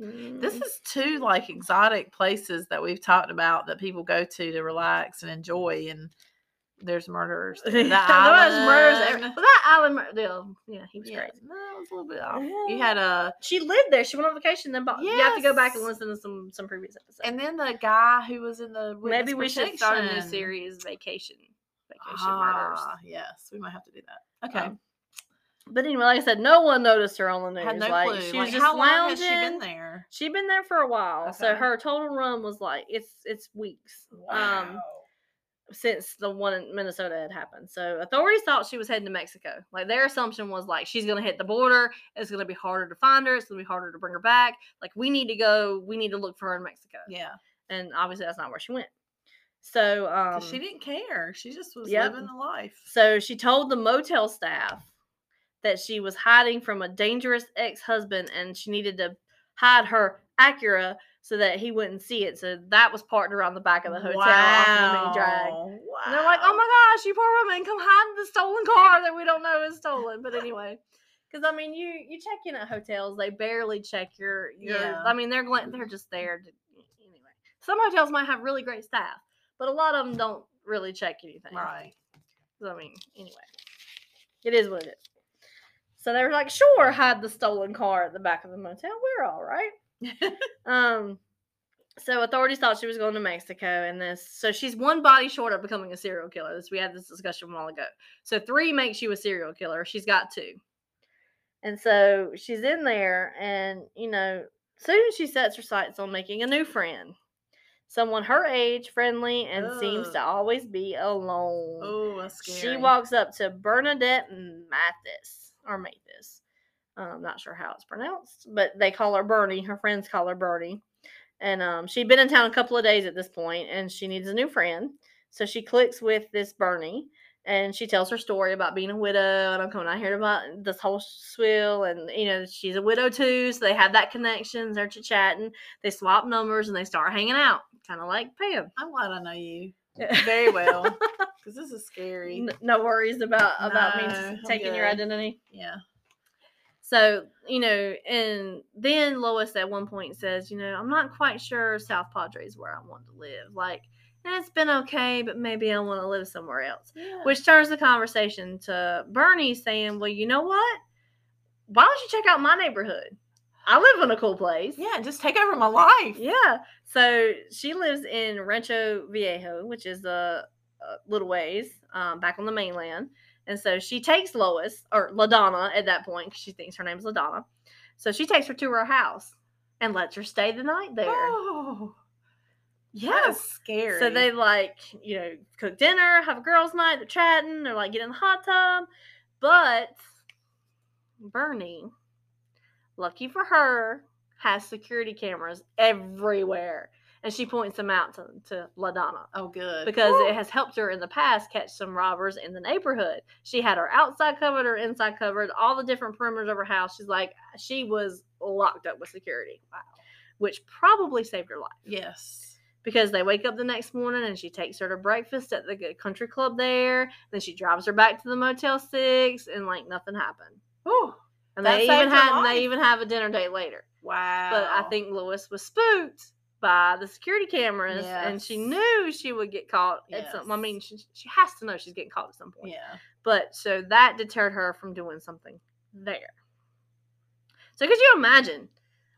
[SPEAKER 1] mm. This
[SPEAKER 2] Mm-hmm.
[SPEAKER 1] is two like exotic places that we've talked about that people go to to relax and enjoy, and there's murderers.
[SPEAKER 2] there was murders. every- Well, that island, mur- deal, yeah, he was
[SPEAKER 1] Yeah,
[SPEAKER 2] crazy.
[SPEAKER 1] no, it was a little bit off. You had a,
[SPEAKER 2] She lived there. She went on vacation. Then bought. You have to go back and
[SPEAKER 1] Yes.
[SPEAKER 2] listen to some some previous episodes.
[SPEAKER 1] and then the guy who was in the witness
[SPEAKER 2] maybe we should start a new
[SPEAKER 1] protection.
[SPEAKER 2] series, Vacation, Vacation Murders.
[SPEAKER 1] Ah, yes, we might have to do that. Okay,
[SPEAKER 2] Um, But anyway, like I said, no one noticed her on the news.
[SPEAKER 1] had no
[SPEAKER 2] like
[SPEAKER 1] clue.
[SPEAKER 2] she was
[SPEAKER 1] Like,
[SPEAKER 2] just
[SPEAKER 1] how long has
[SPEAKER 2] lounging.
[SPEAKER 1] she been there?
[SPEAKER 2] She'd been there for a while, so
[SPEAKER 1] Okay.
[SPEAKER 2] her total run was like it's it's weeks. Um, since the one in Minnesota had happened. So authorities thought she was heading to Mexico. Like their assumption was like she's gonna hit the border. It's gonna be harder to find her. It's gonna be harder to bring her back. Like we need to go. We need to look for her in Mexico.
[SPEAKER 1] yeah,
[SPEAKER 2] And obviously that's not where she went. So um,
[SPEAKER 1] 'Cause she didn't care. She just was
[SPEAKER 2] yep.
[SPEAKER 1] living the life.
[SPEAKER 2] So she told the motel staff that she was hiding from a dangerous ex-husband and she needed to hide her Acura so that he wouldn't see it. So that was parked around the back of the hotel off the main drag.
[SPEAKER 1] Wow,
[SPEAKER 2] And they're like,
[SPEAKER 1] wow.
[SPEAKER 2] "Oh my gosh, you poor woman, come hide the stolen car that we don't know is stolen." But anyway, because I mean, you you check in at hotels, they barely check your your.
[SPEAKER 1] Yeah.
[SPEAKER 2] I mean, they're gla- they're just there to, anyway. Some hotels might have really great staff, but a lot of them don't really check anything.
[SPEAKER 1] Right.
[SPEAKER 2] So, I mean, anyway, it is what it is. So they were like, sure, hide the stolen car at the back of the motel. We're all right. um, so authorities thought she was going to Mexico, and this, so she's one body short of becoming a serial killer. This we had this discussion a while ago. So three makes you a serial killer. She's got two, and so she's in there, and you know, soon she sets her sights on making a new friend, someone her age, friendly, and seems to
[SPEAKER 1] Ugh.
[SPEAKER 2] always be alone.
[SPEAKER 1] Oh, that's scary.
[SPEAKER 2] She walks up to Bernadette Mathis or Mathis. Um, I'm not sure how it's pronounced, but they call her Bernie. Her friends call her Bernie. And um, she'd been in town a couple of days at this point, and she needs a new friend. So she clicks with this Bernie, and she tells her story about being a widow, and I'm coming out here about this whole swill, and you know she's a widow too. So they have that connection. They're chit chatting. They swap numbers, and they start hanging out, kind of like Pam.
[SPEAKER 1] I'm glad I know you very well because this is scary.
[SPEAKER 2] N- no worries about about
[SPEAKER 1] No,
[SPEAKER 2] me
[SPEAKER 1] I'm
[SPEAKER 2] taking your
[SPEAKER 1] good.
[SPEAKER 2] identity.
[SPEAKER 1] Yeah.
[SPEAKER 2] So you know, and then Lois at one point says, you know, I'm not quite sure South Padre is where I want to live. Like eh, it's been okay, but maybe I want to live somewhere else.
[SPEAKER 1] yeah.
[SPEAKER 2] Which turns the conversation to Bernie saying, well, you know what? Why don't you check out my neighborhood? I live in a cool place.
[SPEAKER 1] yeah, just take over my life.
[SPEAKER 2] Yeah. So she lives in Rancho Viejo, which is a, a little ways um, back on the mainland. And so she takes Lois or LaDonna at that point 'cause she thinks her name's LaDonna. So she takes her to her house and lets her stay the night there.
[SPEAKER 1] Oh, that is
[SPEAKER 2] yes.
[SPEAKER 1] scary.
[SPEAKER 2] So they like, you know, cook dinner, have a girls' night, they're chatting, they're like getting in the hot tub. But Bernie, lucky for her, has security cameras everywhere. And she points them out to, to LaDonna
[SPEAKER 1] Oh, good.
[SPEAKER 2] because
[SPEAKER 1] Woo.
[SPEAKER 2] it has helped her in the past catch some robbers in the neighborhood. She had her outside covered, her inside covered, all the different perimeters of her house. She's like, she was locked up with security. Wow. Which probably saved her life
[SPEAKER 1] yes.
[SPEAKER 2] because they wake up the next morning and she takes her to breakfast at the good country club there. Then she drives her back to the Motel Six, and like nothing happened.
[SPEAKER 1] Whew.
[SPEAKER 2] And
[SPEAKER 1] That
[SPEAKER 2] they
[SPEAKER 1] saved
[SPEAKER 2] even
[SPEAKER 1] her
[SPEAKER 2] had and
[SPEAKER 1] life.
[SPEAKER 2] they even have a dinner date later.
[SPEAKER 1] Wow.
[SPEAKER 2] But I think Lois was spooked by the security cameras, and she
[SPEAKER 1] Yes.
[SPEAKER 2] knew she would get caught at some. I
[SPEAKER 1] Yes.
[SPEAKER 2] mean, she, she has to know she's getting caught at some point.
[SPEAKER 1] Yeah.
[SPEAKER 2] But so that deterred her from doing something there. So could you imagine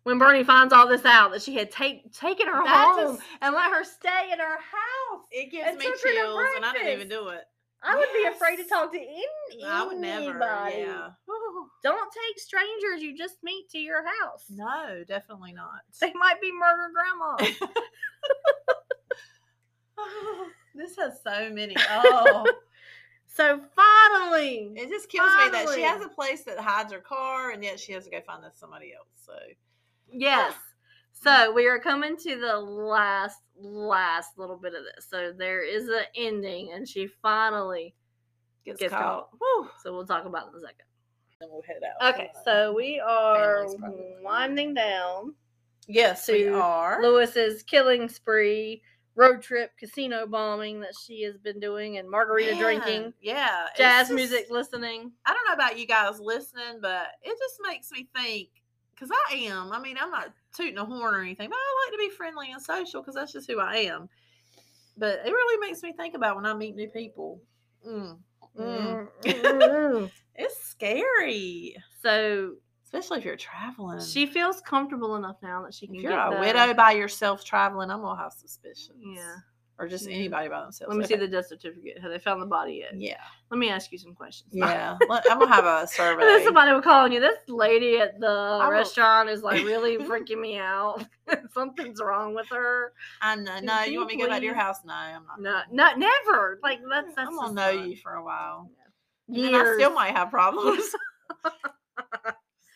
[SPEAKER 2] when Bernie finds all this out that she had take taken her
[SPEAKER 1] That
[SPEAKER 2] home
[SPEAKER 1] just-
[SPEAKER 2] and let her stay in her house?
[SPEAKER 1] It gives
[SPEAKER 2] And
[SPEAKER 1] me
[SPEAKER 2] took her to
[SPEAKER 1] chills, and I didn't even
[SPEAKER 2] breakfast.
[SPEAKER 1] do it.
[SPEAKER 2] I would be afraid to
[SPEAKER 1] Yes.
[SPEAKER 2] talk to any
[SPEAKER 1] I would never.
[SPEAKER 2] anybody.
[SPEAKER 1] Yeah. Whew.
[SPEAKER 2] Don't take strangers you just meet to your house.
[SPEAKER 1] No, definitely not.
[SPEAKER 2] They might be murder grandma.
[SPEAKER 1] Oh, this has so many. Oh,
[SPEAKER 2] so finally,
[SPEAKER 1] it just kills me that she has
[SPEAKER 2] Finally.
[SPEAKER 1] a place that hides her car, and yet she has to go find this somebody else. So
[SPEAKER 2] Yes. So we are coming to the last, last little bit of this. So there is an ending, and she finally.
[SPEAKER 1] gets,
[SPEAKER 2] Gets
[SPEAKER 1] caught.
[SPEAKER 2] caught.
[SPEAKER 1] Whew.
[SPEAKER 2] So we'll talk about it in a second.
[SPEAKER 1] Then we'll head out.
[SPEAKER 2] Okay, so we are
[SPEAKER 1] Family's probably-
[SPEAKER 2] winding down.
[SPEAKER 1] yes, we
[SPEAKER 2] to
[SPEAKER 1] are.
[SPEAKER 2] Lewis's killing spree, road trip, casino bombing that she has been doing, and margarita
[SPEAKER 1] Man,
[SPEAKER 2] drinking,
[SPEAKER 1] Yeah, it's
[SPEAKER 2] jazz
[SPEAKER 1] just-
[SPEAKER 2] music listening.
[SPEAKER 1] I don't know about you guys listening, but it just makes me think because I am. I mean, I'm not tooting a horn or anything, but I like to be friendly and social because that's just who I am. But it really makes me think about when I meet new people. Mm. Mm. It's scary,
[SPEAKER 2] so
[SPEAKER 1] especially if you're traveling.
[SPEAKER 2] she feels comfortable enough now that she can
[SPEAKER 1] Um. if you're
[SPEAKER 2] get
[SPEAKER 1] a
[SPEAKER 2] the-
[SPEAKER 1] widow by yourself traveling, I'm gonna have suspicions.
[SPEAKER 2] Yeah.
[SPEAKER 1] Or just
[SPEAKER 2] Yeah.
[SPEAKER 1] anybody by themselves.
[SPEAKER 2] Let me see
[SPEAKER 1] Okay.
[SPEAKER 2] the death certificate. Have they found the body yet?
[SPEAKER 1] Yeah.
[SPEAKER 2] Let me ask you some questions.
[SPEAKER 1] Yeah. Let- I'm gonna have a
[SPEAKER 2] And then
[SPEAKER 1] survey.
[SPEAKER 2] somebody would call on you. This lady at the
[SPEAKER 1] will-
[SPEAKER 2] restaurant is like really freaking me out. Something's wrong with her.
[SPEAKER 1] I know. No, you want me to go back to your
[SPEAKER 2] Please.
[SPEAKER 1] house? No, I'm not.
[SPEAKER 2] No, not never. Like that's that's
[SPEAKER 1] I'm gonna
[SPEAKER 2] just
[SPEAKER 1] know
[SPEAKER 2] not-
[SPEAKER 1] you for a while.
[SPEAKER 2] Years.
[SPEAKER 1] And then I still might have problems.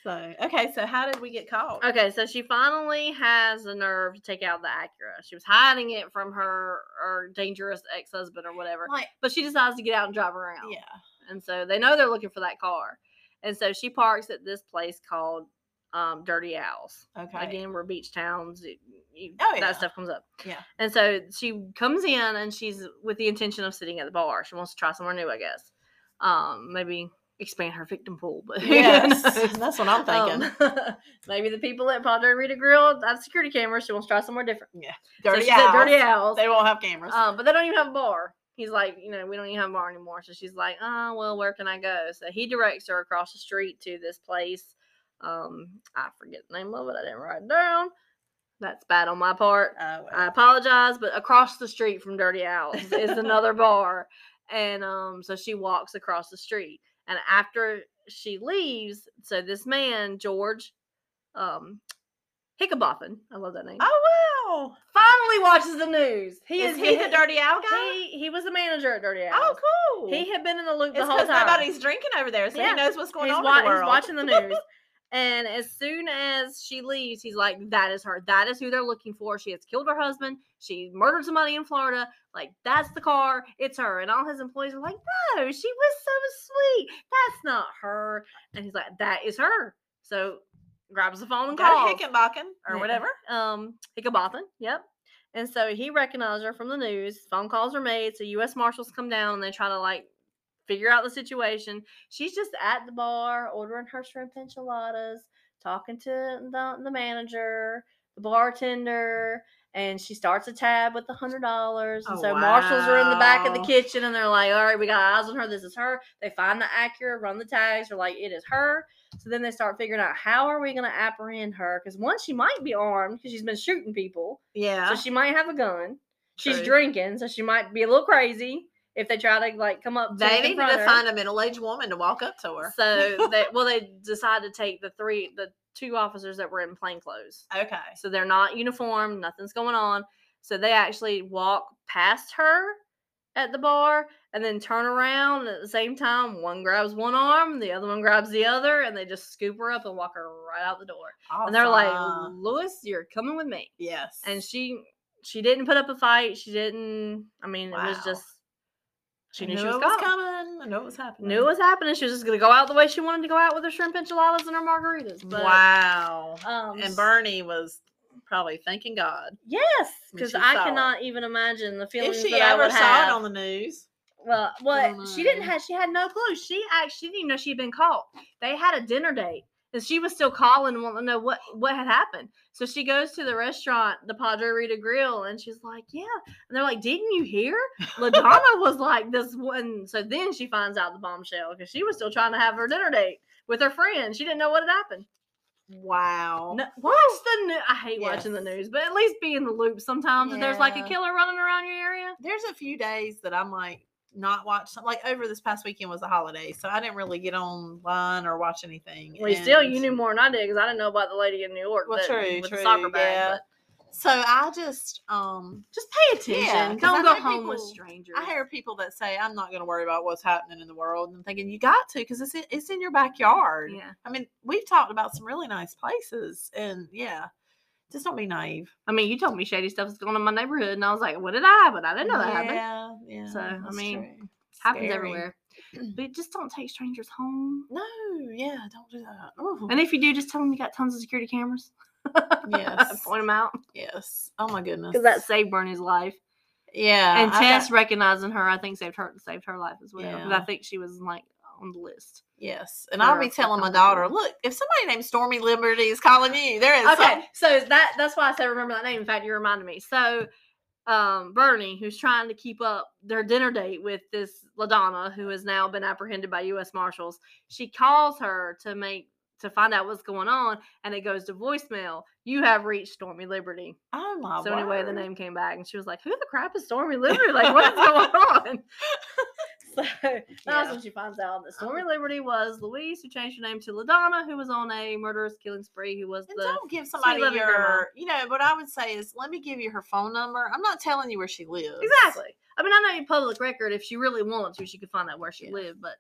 [SPEAKER 1] so okay, so how did we get caught?
[SPEAKER 2] Okay, so she finally has the nerve to take out the Acura. She was hiding it from her or dangerous ex husband or whatever,
[SPEAKER 1] Like
[SPEAKER 2] but she decides to get out and drive around.
[SPEAKER 1] yeah.
[SPEAKER 2] and so they know they're looking for that car, and so she parks at this place called um, Dirty Owls.
[SPEAKER 1] Okay.
[SPEAKER 2] Again, we're beach towns. y- you-
[SPEAKER 1] Oh, yeah.
[SPEAKER 2] That stuff comes up.
[SPEAKER 1] Yeah.
[SPEAKER 2] And so she comes in and she's with the intention of sitting at the bar. She wants to try somewhere new, I guess. Um, maybe expand her victim pool, but who
[SPEAKER 1] Yes.
[SPEAKER 2] knows?
[SPEAKER 1] That's what I'm thinking.
[SPEAKER 2] Um, maybe the people at Padre Rita Grill have security cameras. She wants to try somewhere different.
[SPEAKER 1] dirty
[SPEAKER 2] so she said
[SPEAKER 1] owls.
[SPEAKER 2] dirty owls.
[SPEAKER 1] They won't have cameras.
[SPEAKER 2] Um, but they don't even have a bar. He's like, you know, we don't even have a bar anymore. So she's like, oh, well, where can I go? So he directs her across the street to this place. Um, I forget the name of it. I didn't write it down. That's bad on my part.
[SPEAKER 1] Oh, well.
[SPEAKER 2] I apologize, but across the street from Dirty Owls is another bar. And um, so she walks across the street. And after she leaves, so this man, George um, Hickaboffin, I love that name,
[SPEAKER 1] oh wow.
[SPEAKER 2] finally watches the news. He
[SPEAKER 1] is
[SPEAKER 2] is,
[SPEAKER 1] he the dirty owl guy?
[SPEAKER 2] He, he was the manager at Dirty Owls.
[SPEAKER 1] oh cool.
[SPEAKER 2] He had been in the loop the
[SPEAKER 1] it's
[SPEAKER 2] whole
[SPEAKER 1] because
[SPEAKER 2] time.
[SPEAKER 1] nobody's drinking over there, so
[SPEAKER 2] Yeah.
[SPEAKER 1] he knows what's going
[SPEAKER 2] he's,
[SPEAKER 1] on in
[SPEAKER 2] wa-
[SPEAKER 1] the world.
[SPEAKER 2] he's watching the news. and as soon as she leaves, he's like, that is her. That is who they're looking for. She has killed her husband. She murdered somebody in Florida. Like, that's the car. It's her. And all his employees are like, no, she was so sweet. That's not her. And he's like, that is her. So grabs the phone and
[SPEAKER 1] Go
[SPEAKER 2] calls.
[SPEAKER 1] to Hickenbacken or
[SPEAKER 2] Yeah.
[SPEAKER 1] whatever.
[SPEAKER 2] um, Hickabotham. Yep. And so he recognized her from the news. Phone calls are made. So U.S. Marshals come down and they try to like figure out the situation. She's just at the bar ordering her shrimp enchiladas, talking to the, the manager, the bartender, and she starts a tab with the hundred dollars. And
[SPEAKER 1] Oh,
[SPEAKER 2] so marshals are in the back of the
[SPEAKER 1] wow.
[SPEAKER 2] kitchen and they're like, "All right, we got eyes on her. This is her." They find the Acura, run the tags. They're like, "It is her." So then they start figuring out how are we going to apprehend her? Because one, she might be armed because she's been shooting people,
[SPEAKER 1] Yeah.
[SPEAKER 2] so she might have a gun. She's
[SPEAKER 1] True.
[SPEAKER 2] drinking, so she might be a little crazy if they try to like come up. To
[SPEAKER 1] they
[SPEAKER 2] and
[SPEAKER 1] needed
[SPEAKER 2] confront
[SPEAKER 1] to
[SPEAKER 2] her.
[SPEAKER 1] find a middle-aged woman to walk up to her.
[SPEAKER 2] So they well, they decide to take the three, the two officers that were in plain clothes.
[SPEAKER 1] okay.
[SPEAKER 2] So they're not uniformed, nothing's going on. So they actually walk past her at the bar and then turn around and at the same time one grabs one arm, the other one grabs the other, and they just scoop her up and walk her right out the door. And they're like,
[SPEAKER 1] Awesome.
[SPEAKER 2] Lewis, you're coming with me.
[SPEAKER 1] yes.
[SPEAKER 2] And she she didn't put up a fight. She didn't I mean it
[SPEAKER 1] Wow.
[SPEAKER 2] was just she
[SPEAKER 1] I
[SPEAKER 2] knew,
[SPEAKER 1] knew
[SPEAKER 2] she was,
[SPEAKER 1] it was
[SPEAKER 2] gone.
[SPEAKER 1] coming. I know it was happening.
[SPEAKER 2] Knew it was happening. She was just gonna go out the way she wanted to go out with her shrimp enchiladas and her margaritas. But,
[SPEAKER 1] wow.
[SPEAKER 2] Um,
[SPEAKER 1] and Bernie was probably thanking God.
[SPEAKER 2] Yes,
[SPEAKER 1] when
[SPEAKER 2] because
[SPEAKER 1] she
[SPEAKER 2] I
[SPEAKER 1] saw it.
[SPEAKER 2] cannot even imagine the
[SPEAKER 1] If
[SPEAKER 2] feelings
[SPEAKER 1] she
[SPEAKER 2] that I
[SPEAKER 1] ever
[SPEAKER 2] would
[SPEAKER 1] saw
[SPEAKER 2] have.
[SPEAKER 1] it on the Oh, news,
[SPEAKER 2] well,
[SPEAKER 1] don't
[SPEAKER 2] well, she didn't
[SPEAKER 1] know.
[SPEAKER 2] have. She had no clue. She actually didn't even know she'd been caught. They had a dinner date, and she was still calling, wanting to know what what had happened. So she goes to the restaurant, the Padre Rita Grill, and she's like, "Yeah," and they're like, "Didn't you hear? LaDonna was like this one." So then she finds out the bombshell because she was still trying to have her dinner date with her friend. She didn't know what had happened.
[SPEAKER 1] wow.
[SPEAKER 2] No, watch the news. I hate watching the
[SPEAKER 1] Yes.
[SPEAKER 2] news, but at least be in the loop sometimes. If there's like a
[SPEAKER 1] Yeah.
[SPEAKER 2] killer running around your area,
[SPEAKER 1] There's a few days that I'm like not watch like over this past weekend was a holiday, so I didn't really get online or watch anything.
[SPEAKER 2] well, still
[SPEAKER 1] and-
[SPEAKER 2] you knew more than I did because I didn't know about the lady in New York
[SPEAKER 1] Well,
[SPEAKER 2] that-
[SPEAKER 1] true,
[SPEAKER 2] with
[SPEAKER 1] true.
[SPEAKER 2] the soccer bag.
[SPEAKER 1] yeah.
[SPEAKER 2] but
[SPEAKER 1] So I just um
[SPEAKER 2] just pay
[SPEAKER 1] 'cause
[SPEAKER 2] attention.
[SPEAKER 1] I
[SPEAKER 2] Don't go
[SPEAKER 1] know
[SPEAKER 2] home with
[SPEAKER 1] people-
[SPEAKER 2] strangers.
[SPEAKER 1] I hear people that say I'm not going to worry about what's happening in the world, and I'm thinking you got to because it's in, it's in your backyard.
[SPEAKER 2] Yeah,
[SPEAKER 1] I mean, we've talked about some really nice places, and yeah, just don't be naive.
[SPEAKER 2] I mean, you told me shady stuff was going on in my neighborhood, and I was like, "What did I?" But I didn't know that happened.
[SPEAKER 1] Yeah, yeah.
[SPEAKER 2] So, I
[SPEAKER 1] that's
[SPEAKER 2] mean,
[SPEAKER 1] true.
[SPEAKER 2] Happens
[SPEAKER 1] Scary.
[SPEAKER 2] everywhere. But just don't take strangers home.
[SPEAKER 1] No, yeah, don't do that. Ooh,
[SPEAKER 2] And if you do, just tell them you got tons of security cameras.
[SPEAKER 1] Yes.
[SPEAKER 2] point them out
[SPEAKER 1] yes. Oh my goodness.
[SPEAKER 2] because that saved Bernie's life.
[SPEAKER 1] yeah.
[SPEAKER 2] and
[SPEAKER 1] I got-
[SPEAKER 2] Tess recognizing her, I think saved her saved her life as well. 'cause
[SPEAKER 1] Yeah.
[SPEAKER 2] I think she was like, on the list.
[SPEAKER 1] Yes. And I'll
[SPEAKER 2] Or
[SPEAKER 1] be
[SPEAKER 2] if
[SPEAKER 1] telling my
[SPEAKER 2] something-
[SPEAKER 1] daughter, look, if somebody named Stormy Liberty is calling you, there is
[SPEAKER 2] Okay,
[SPEAKER 1] some-
[SPEAKER 2] so that that's why I said remember that name. In fact, you reminded me. So, um, Bernie, who's trying to keep up their dinner date with this Ladonna, who has now been apprehended by U.S. Marshals, she calls her to make to find out what's going on, and it goes to voicemail. You have reached Stormy Liberty.
[SPEAKER 1] Oh my
[SPEAKER 2] so anyway, the
[SPEAKER 1] word.
[SPEAKER 2] name came back, and she was like, "Who the crap is Stormy Liberty? Like, what's going on?" So that's
[SPEAKER 1] Yeah. Um,
[SPEAKER 2] when she finds out that Stormy Liberty was Louise, who changed her name to Ladonna, who was on a murderous killing spree, who was
[SPEAKER 1] And
[SPEAKER 2] the
[SPEAKER 1] don't give somebody
[SPEAKER 2] loving grandma.
[SPEAKER 1] your, you know, what I would say is, let me give you her phone number. I'm not telling you where she lives.
[SPEAKER 2] Exactly. I mean, I know you public record. If she really wanted to, she could find out where she
[SPEAKER 1] Yeah.
[SPEAKER 2] lived, but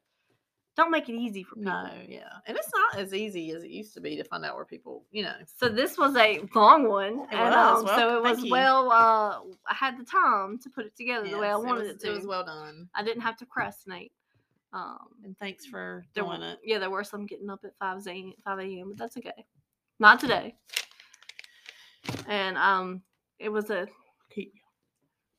[SPEAKER 2] don't make it easy for people.
[SPEAKER 1] No, yeah. And it's not as easy as it used to be to find out where people, you know.
[SPEAKER 2] So this was a long one,
[SPEAKER 1] It
[SPEAKER 2] and
[SPEAKER 1] was.
[SPEAKER 2] um,
[SPEAKER 1] Well,
[SPEAKER 2] so it
[SPEAKER 1] thank
[SPEAKER 2] was
[SPEAKER 1] you.
[SPEAKER 2] well. Uh, I had the time to put it together the way I
[SPEAKER 1] Yes,
[SPEAKER 2] wanted
[SPEAKER 1] was,
[SPEAKER 2] it, to.
[SPEAKER 1] was well done.
[SPEAKER 2] I didn't have to procrastinate. Um,
[SPEAKER 1] And thanks for
[SPEAKER 2] there
[SPEAKER 1] doing
[SPEAKER 2] were-
[SPEAKER 1] it.
[SPEAKER 2] Yeah, there were some getting up at five a.m. Five a.m. But that's okay. Not today. And um, it was a
[SPEAKER 1] Keep-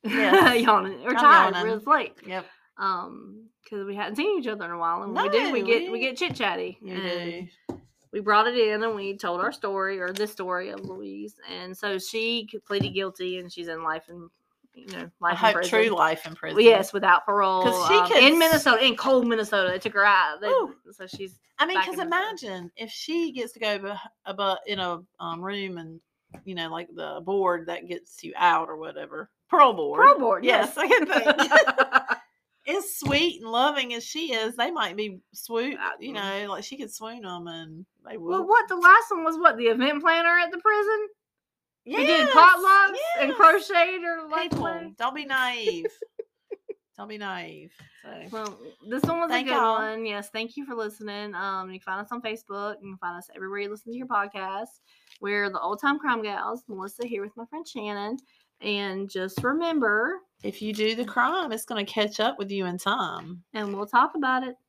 [SPEAKER 2] yeah
[SPEAKER 1] Yes.
[SPEAKER 2] yawning or
[SPEAKER 1] I'm
[SPEAKER 2] tired.
[SPEAKER 1] yawning.
[SPEAKER 2] It was late.
[SPEAKER 1] Yep.
[SPEAKER 2] um because we hadn't seen each other in a while and when we do we
[SPEAKER 1] No,
[SPEAKER 2] get we
[SPEAKER 1] we-
[SPEAKER 2] get chit chatty
[SPEAKER 1] You
[SPEAKER 2] and
[SPEAKER 1] do.
[SPEAKER 2] we brought it in and we told our story or the story of louise and so she c- pleaded guilty and she's in life and you know
[SPEAKER 1] I
[SPEAKER 2] life in
[SPEAKER 1] hope
[SPEAKER 2] prison.
[SPEAKER 1] true life in prison.
[SPEAKER 2] Well, yes without parole
[SPEAKER 1] 'Cause she
[SPEAKER 2] um,
[SPEAKER 1] could
[SPEAKER 2] in
[SPEAKER 1] s-
[SPEAKER 2] minnesota in cold minnesota it took her out they-
[SPEAKER 1] Ooh.
[SPEAKER 2] so she's
[SPEAKER 1] I mean,
[SPEAKER 2] back
[SPEAKER 1] because
[SPEAKER 2] in the prison.
[SPEAKER 1] imagine if she gets to go beh- above in a um, room and you know, like the board that gets you out or whatever, parole board.
[SPEAKER 2] parole board
[SPEAKER 1] Yes,
[SPEAKER 2] yes
[SPEAKER 1] I can think. as sweet and loving as she is, they might be swoon.
[SPEAKER 2] Uh,
[SPEAKER 1] You
[SPEAKER 2] mm.
[SPEAKER 1] know, like she could swoon them, and they would.
[SPEAKER 2] well what the last one was what the event planner at the prison
[SPEAKER 1] Yes,
[SPEAKER 2] who did potlucks and
[SPEAKER 1] yes.
[SPEAKER 2] crocheted or like
[SPEAKER 1] People, don't be naive. don't be naive. So.
[SPEAKER 2] Well, this one was
[SPEAKER 1] Thank
[SPEAKER 2] a good
[SPEAKER 1] y'all.
[SPEAKER 2] one. Yes, thank you for listening. Um, you can find us on Facebook. You can find us everywhere you listen to your podcast. We're the Old Time Crime Gals. Melissa here with my friend Shannon. And just remember,
[SPEAKER 1] If you do the crime, it's going to catch up with you in time.
[SPEAKER 2] and we'll talk about it.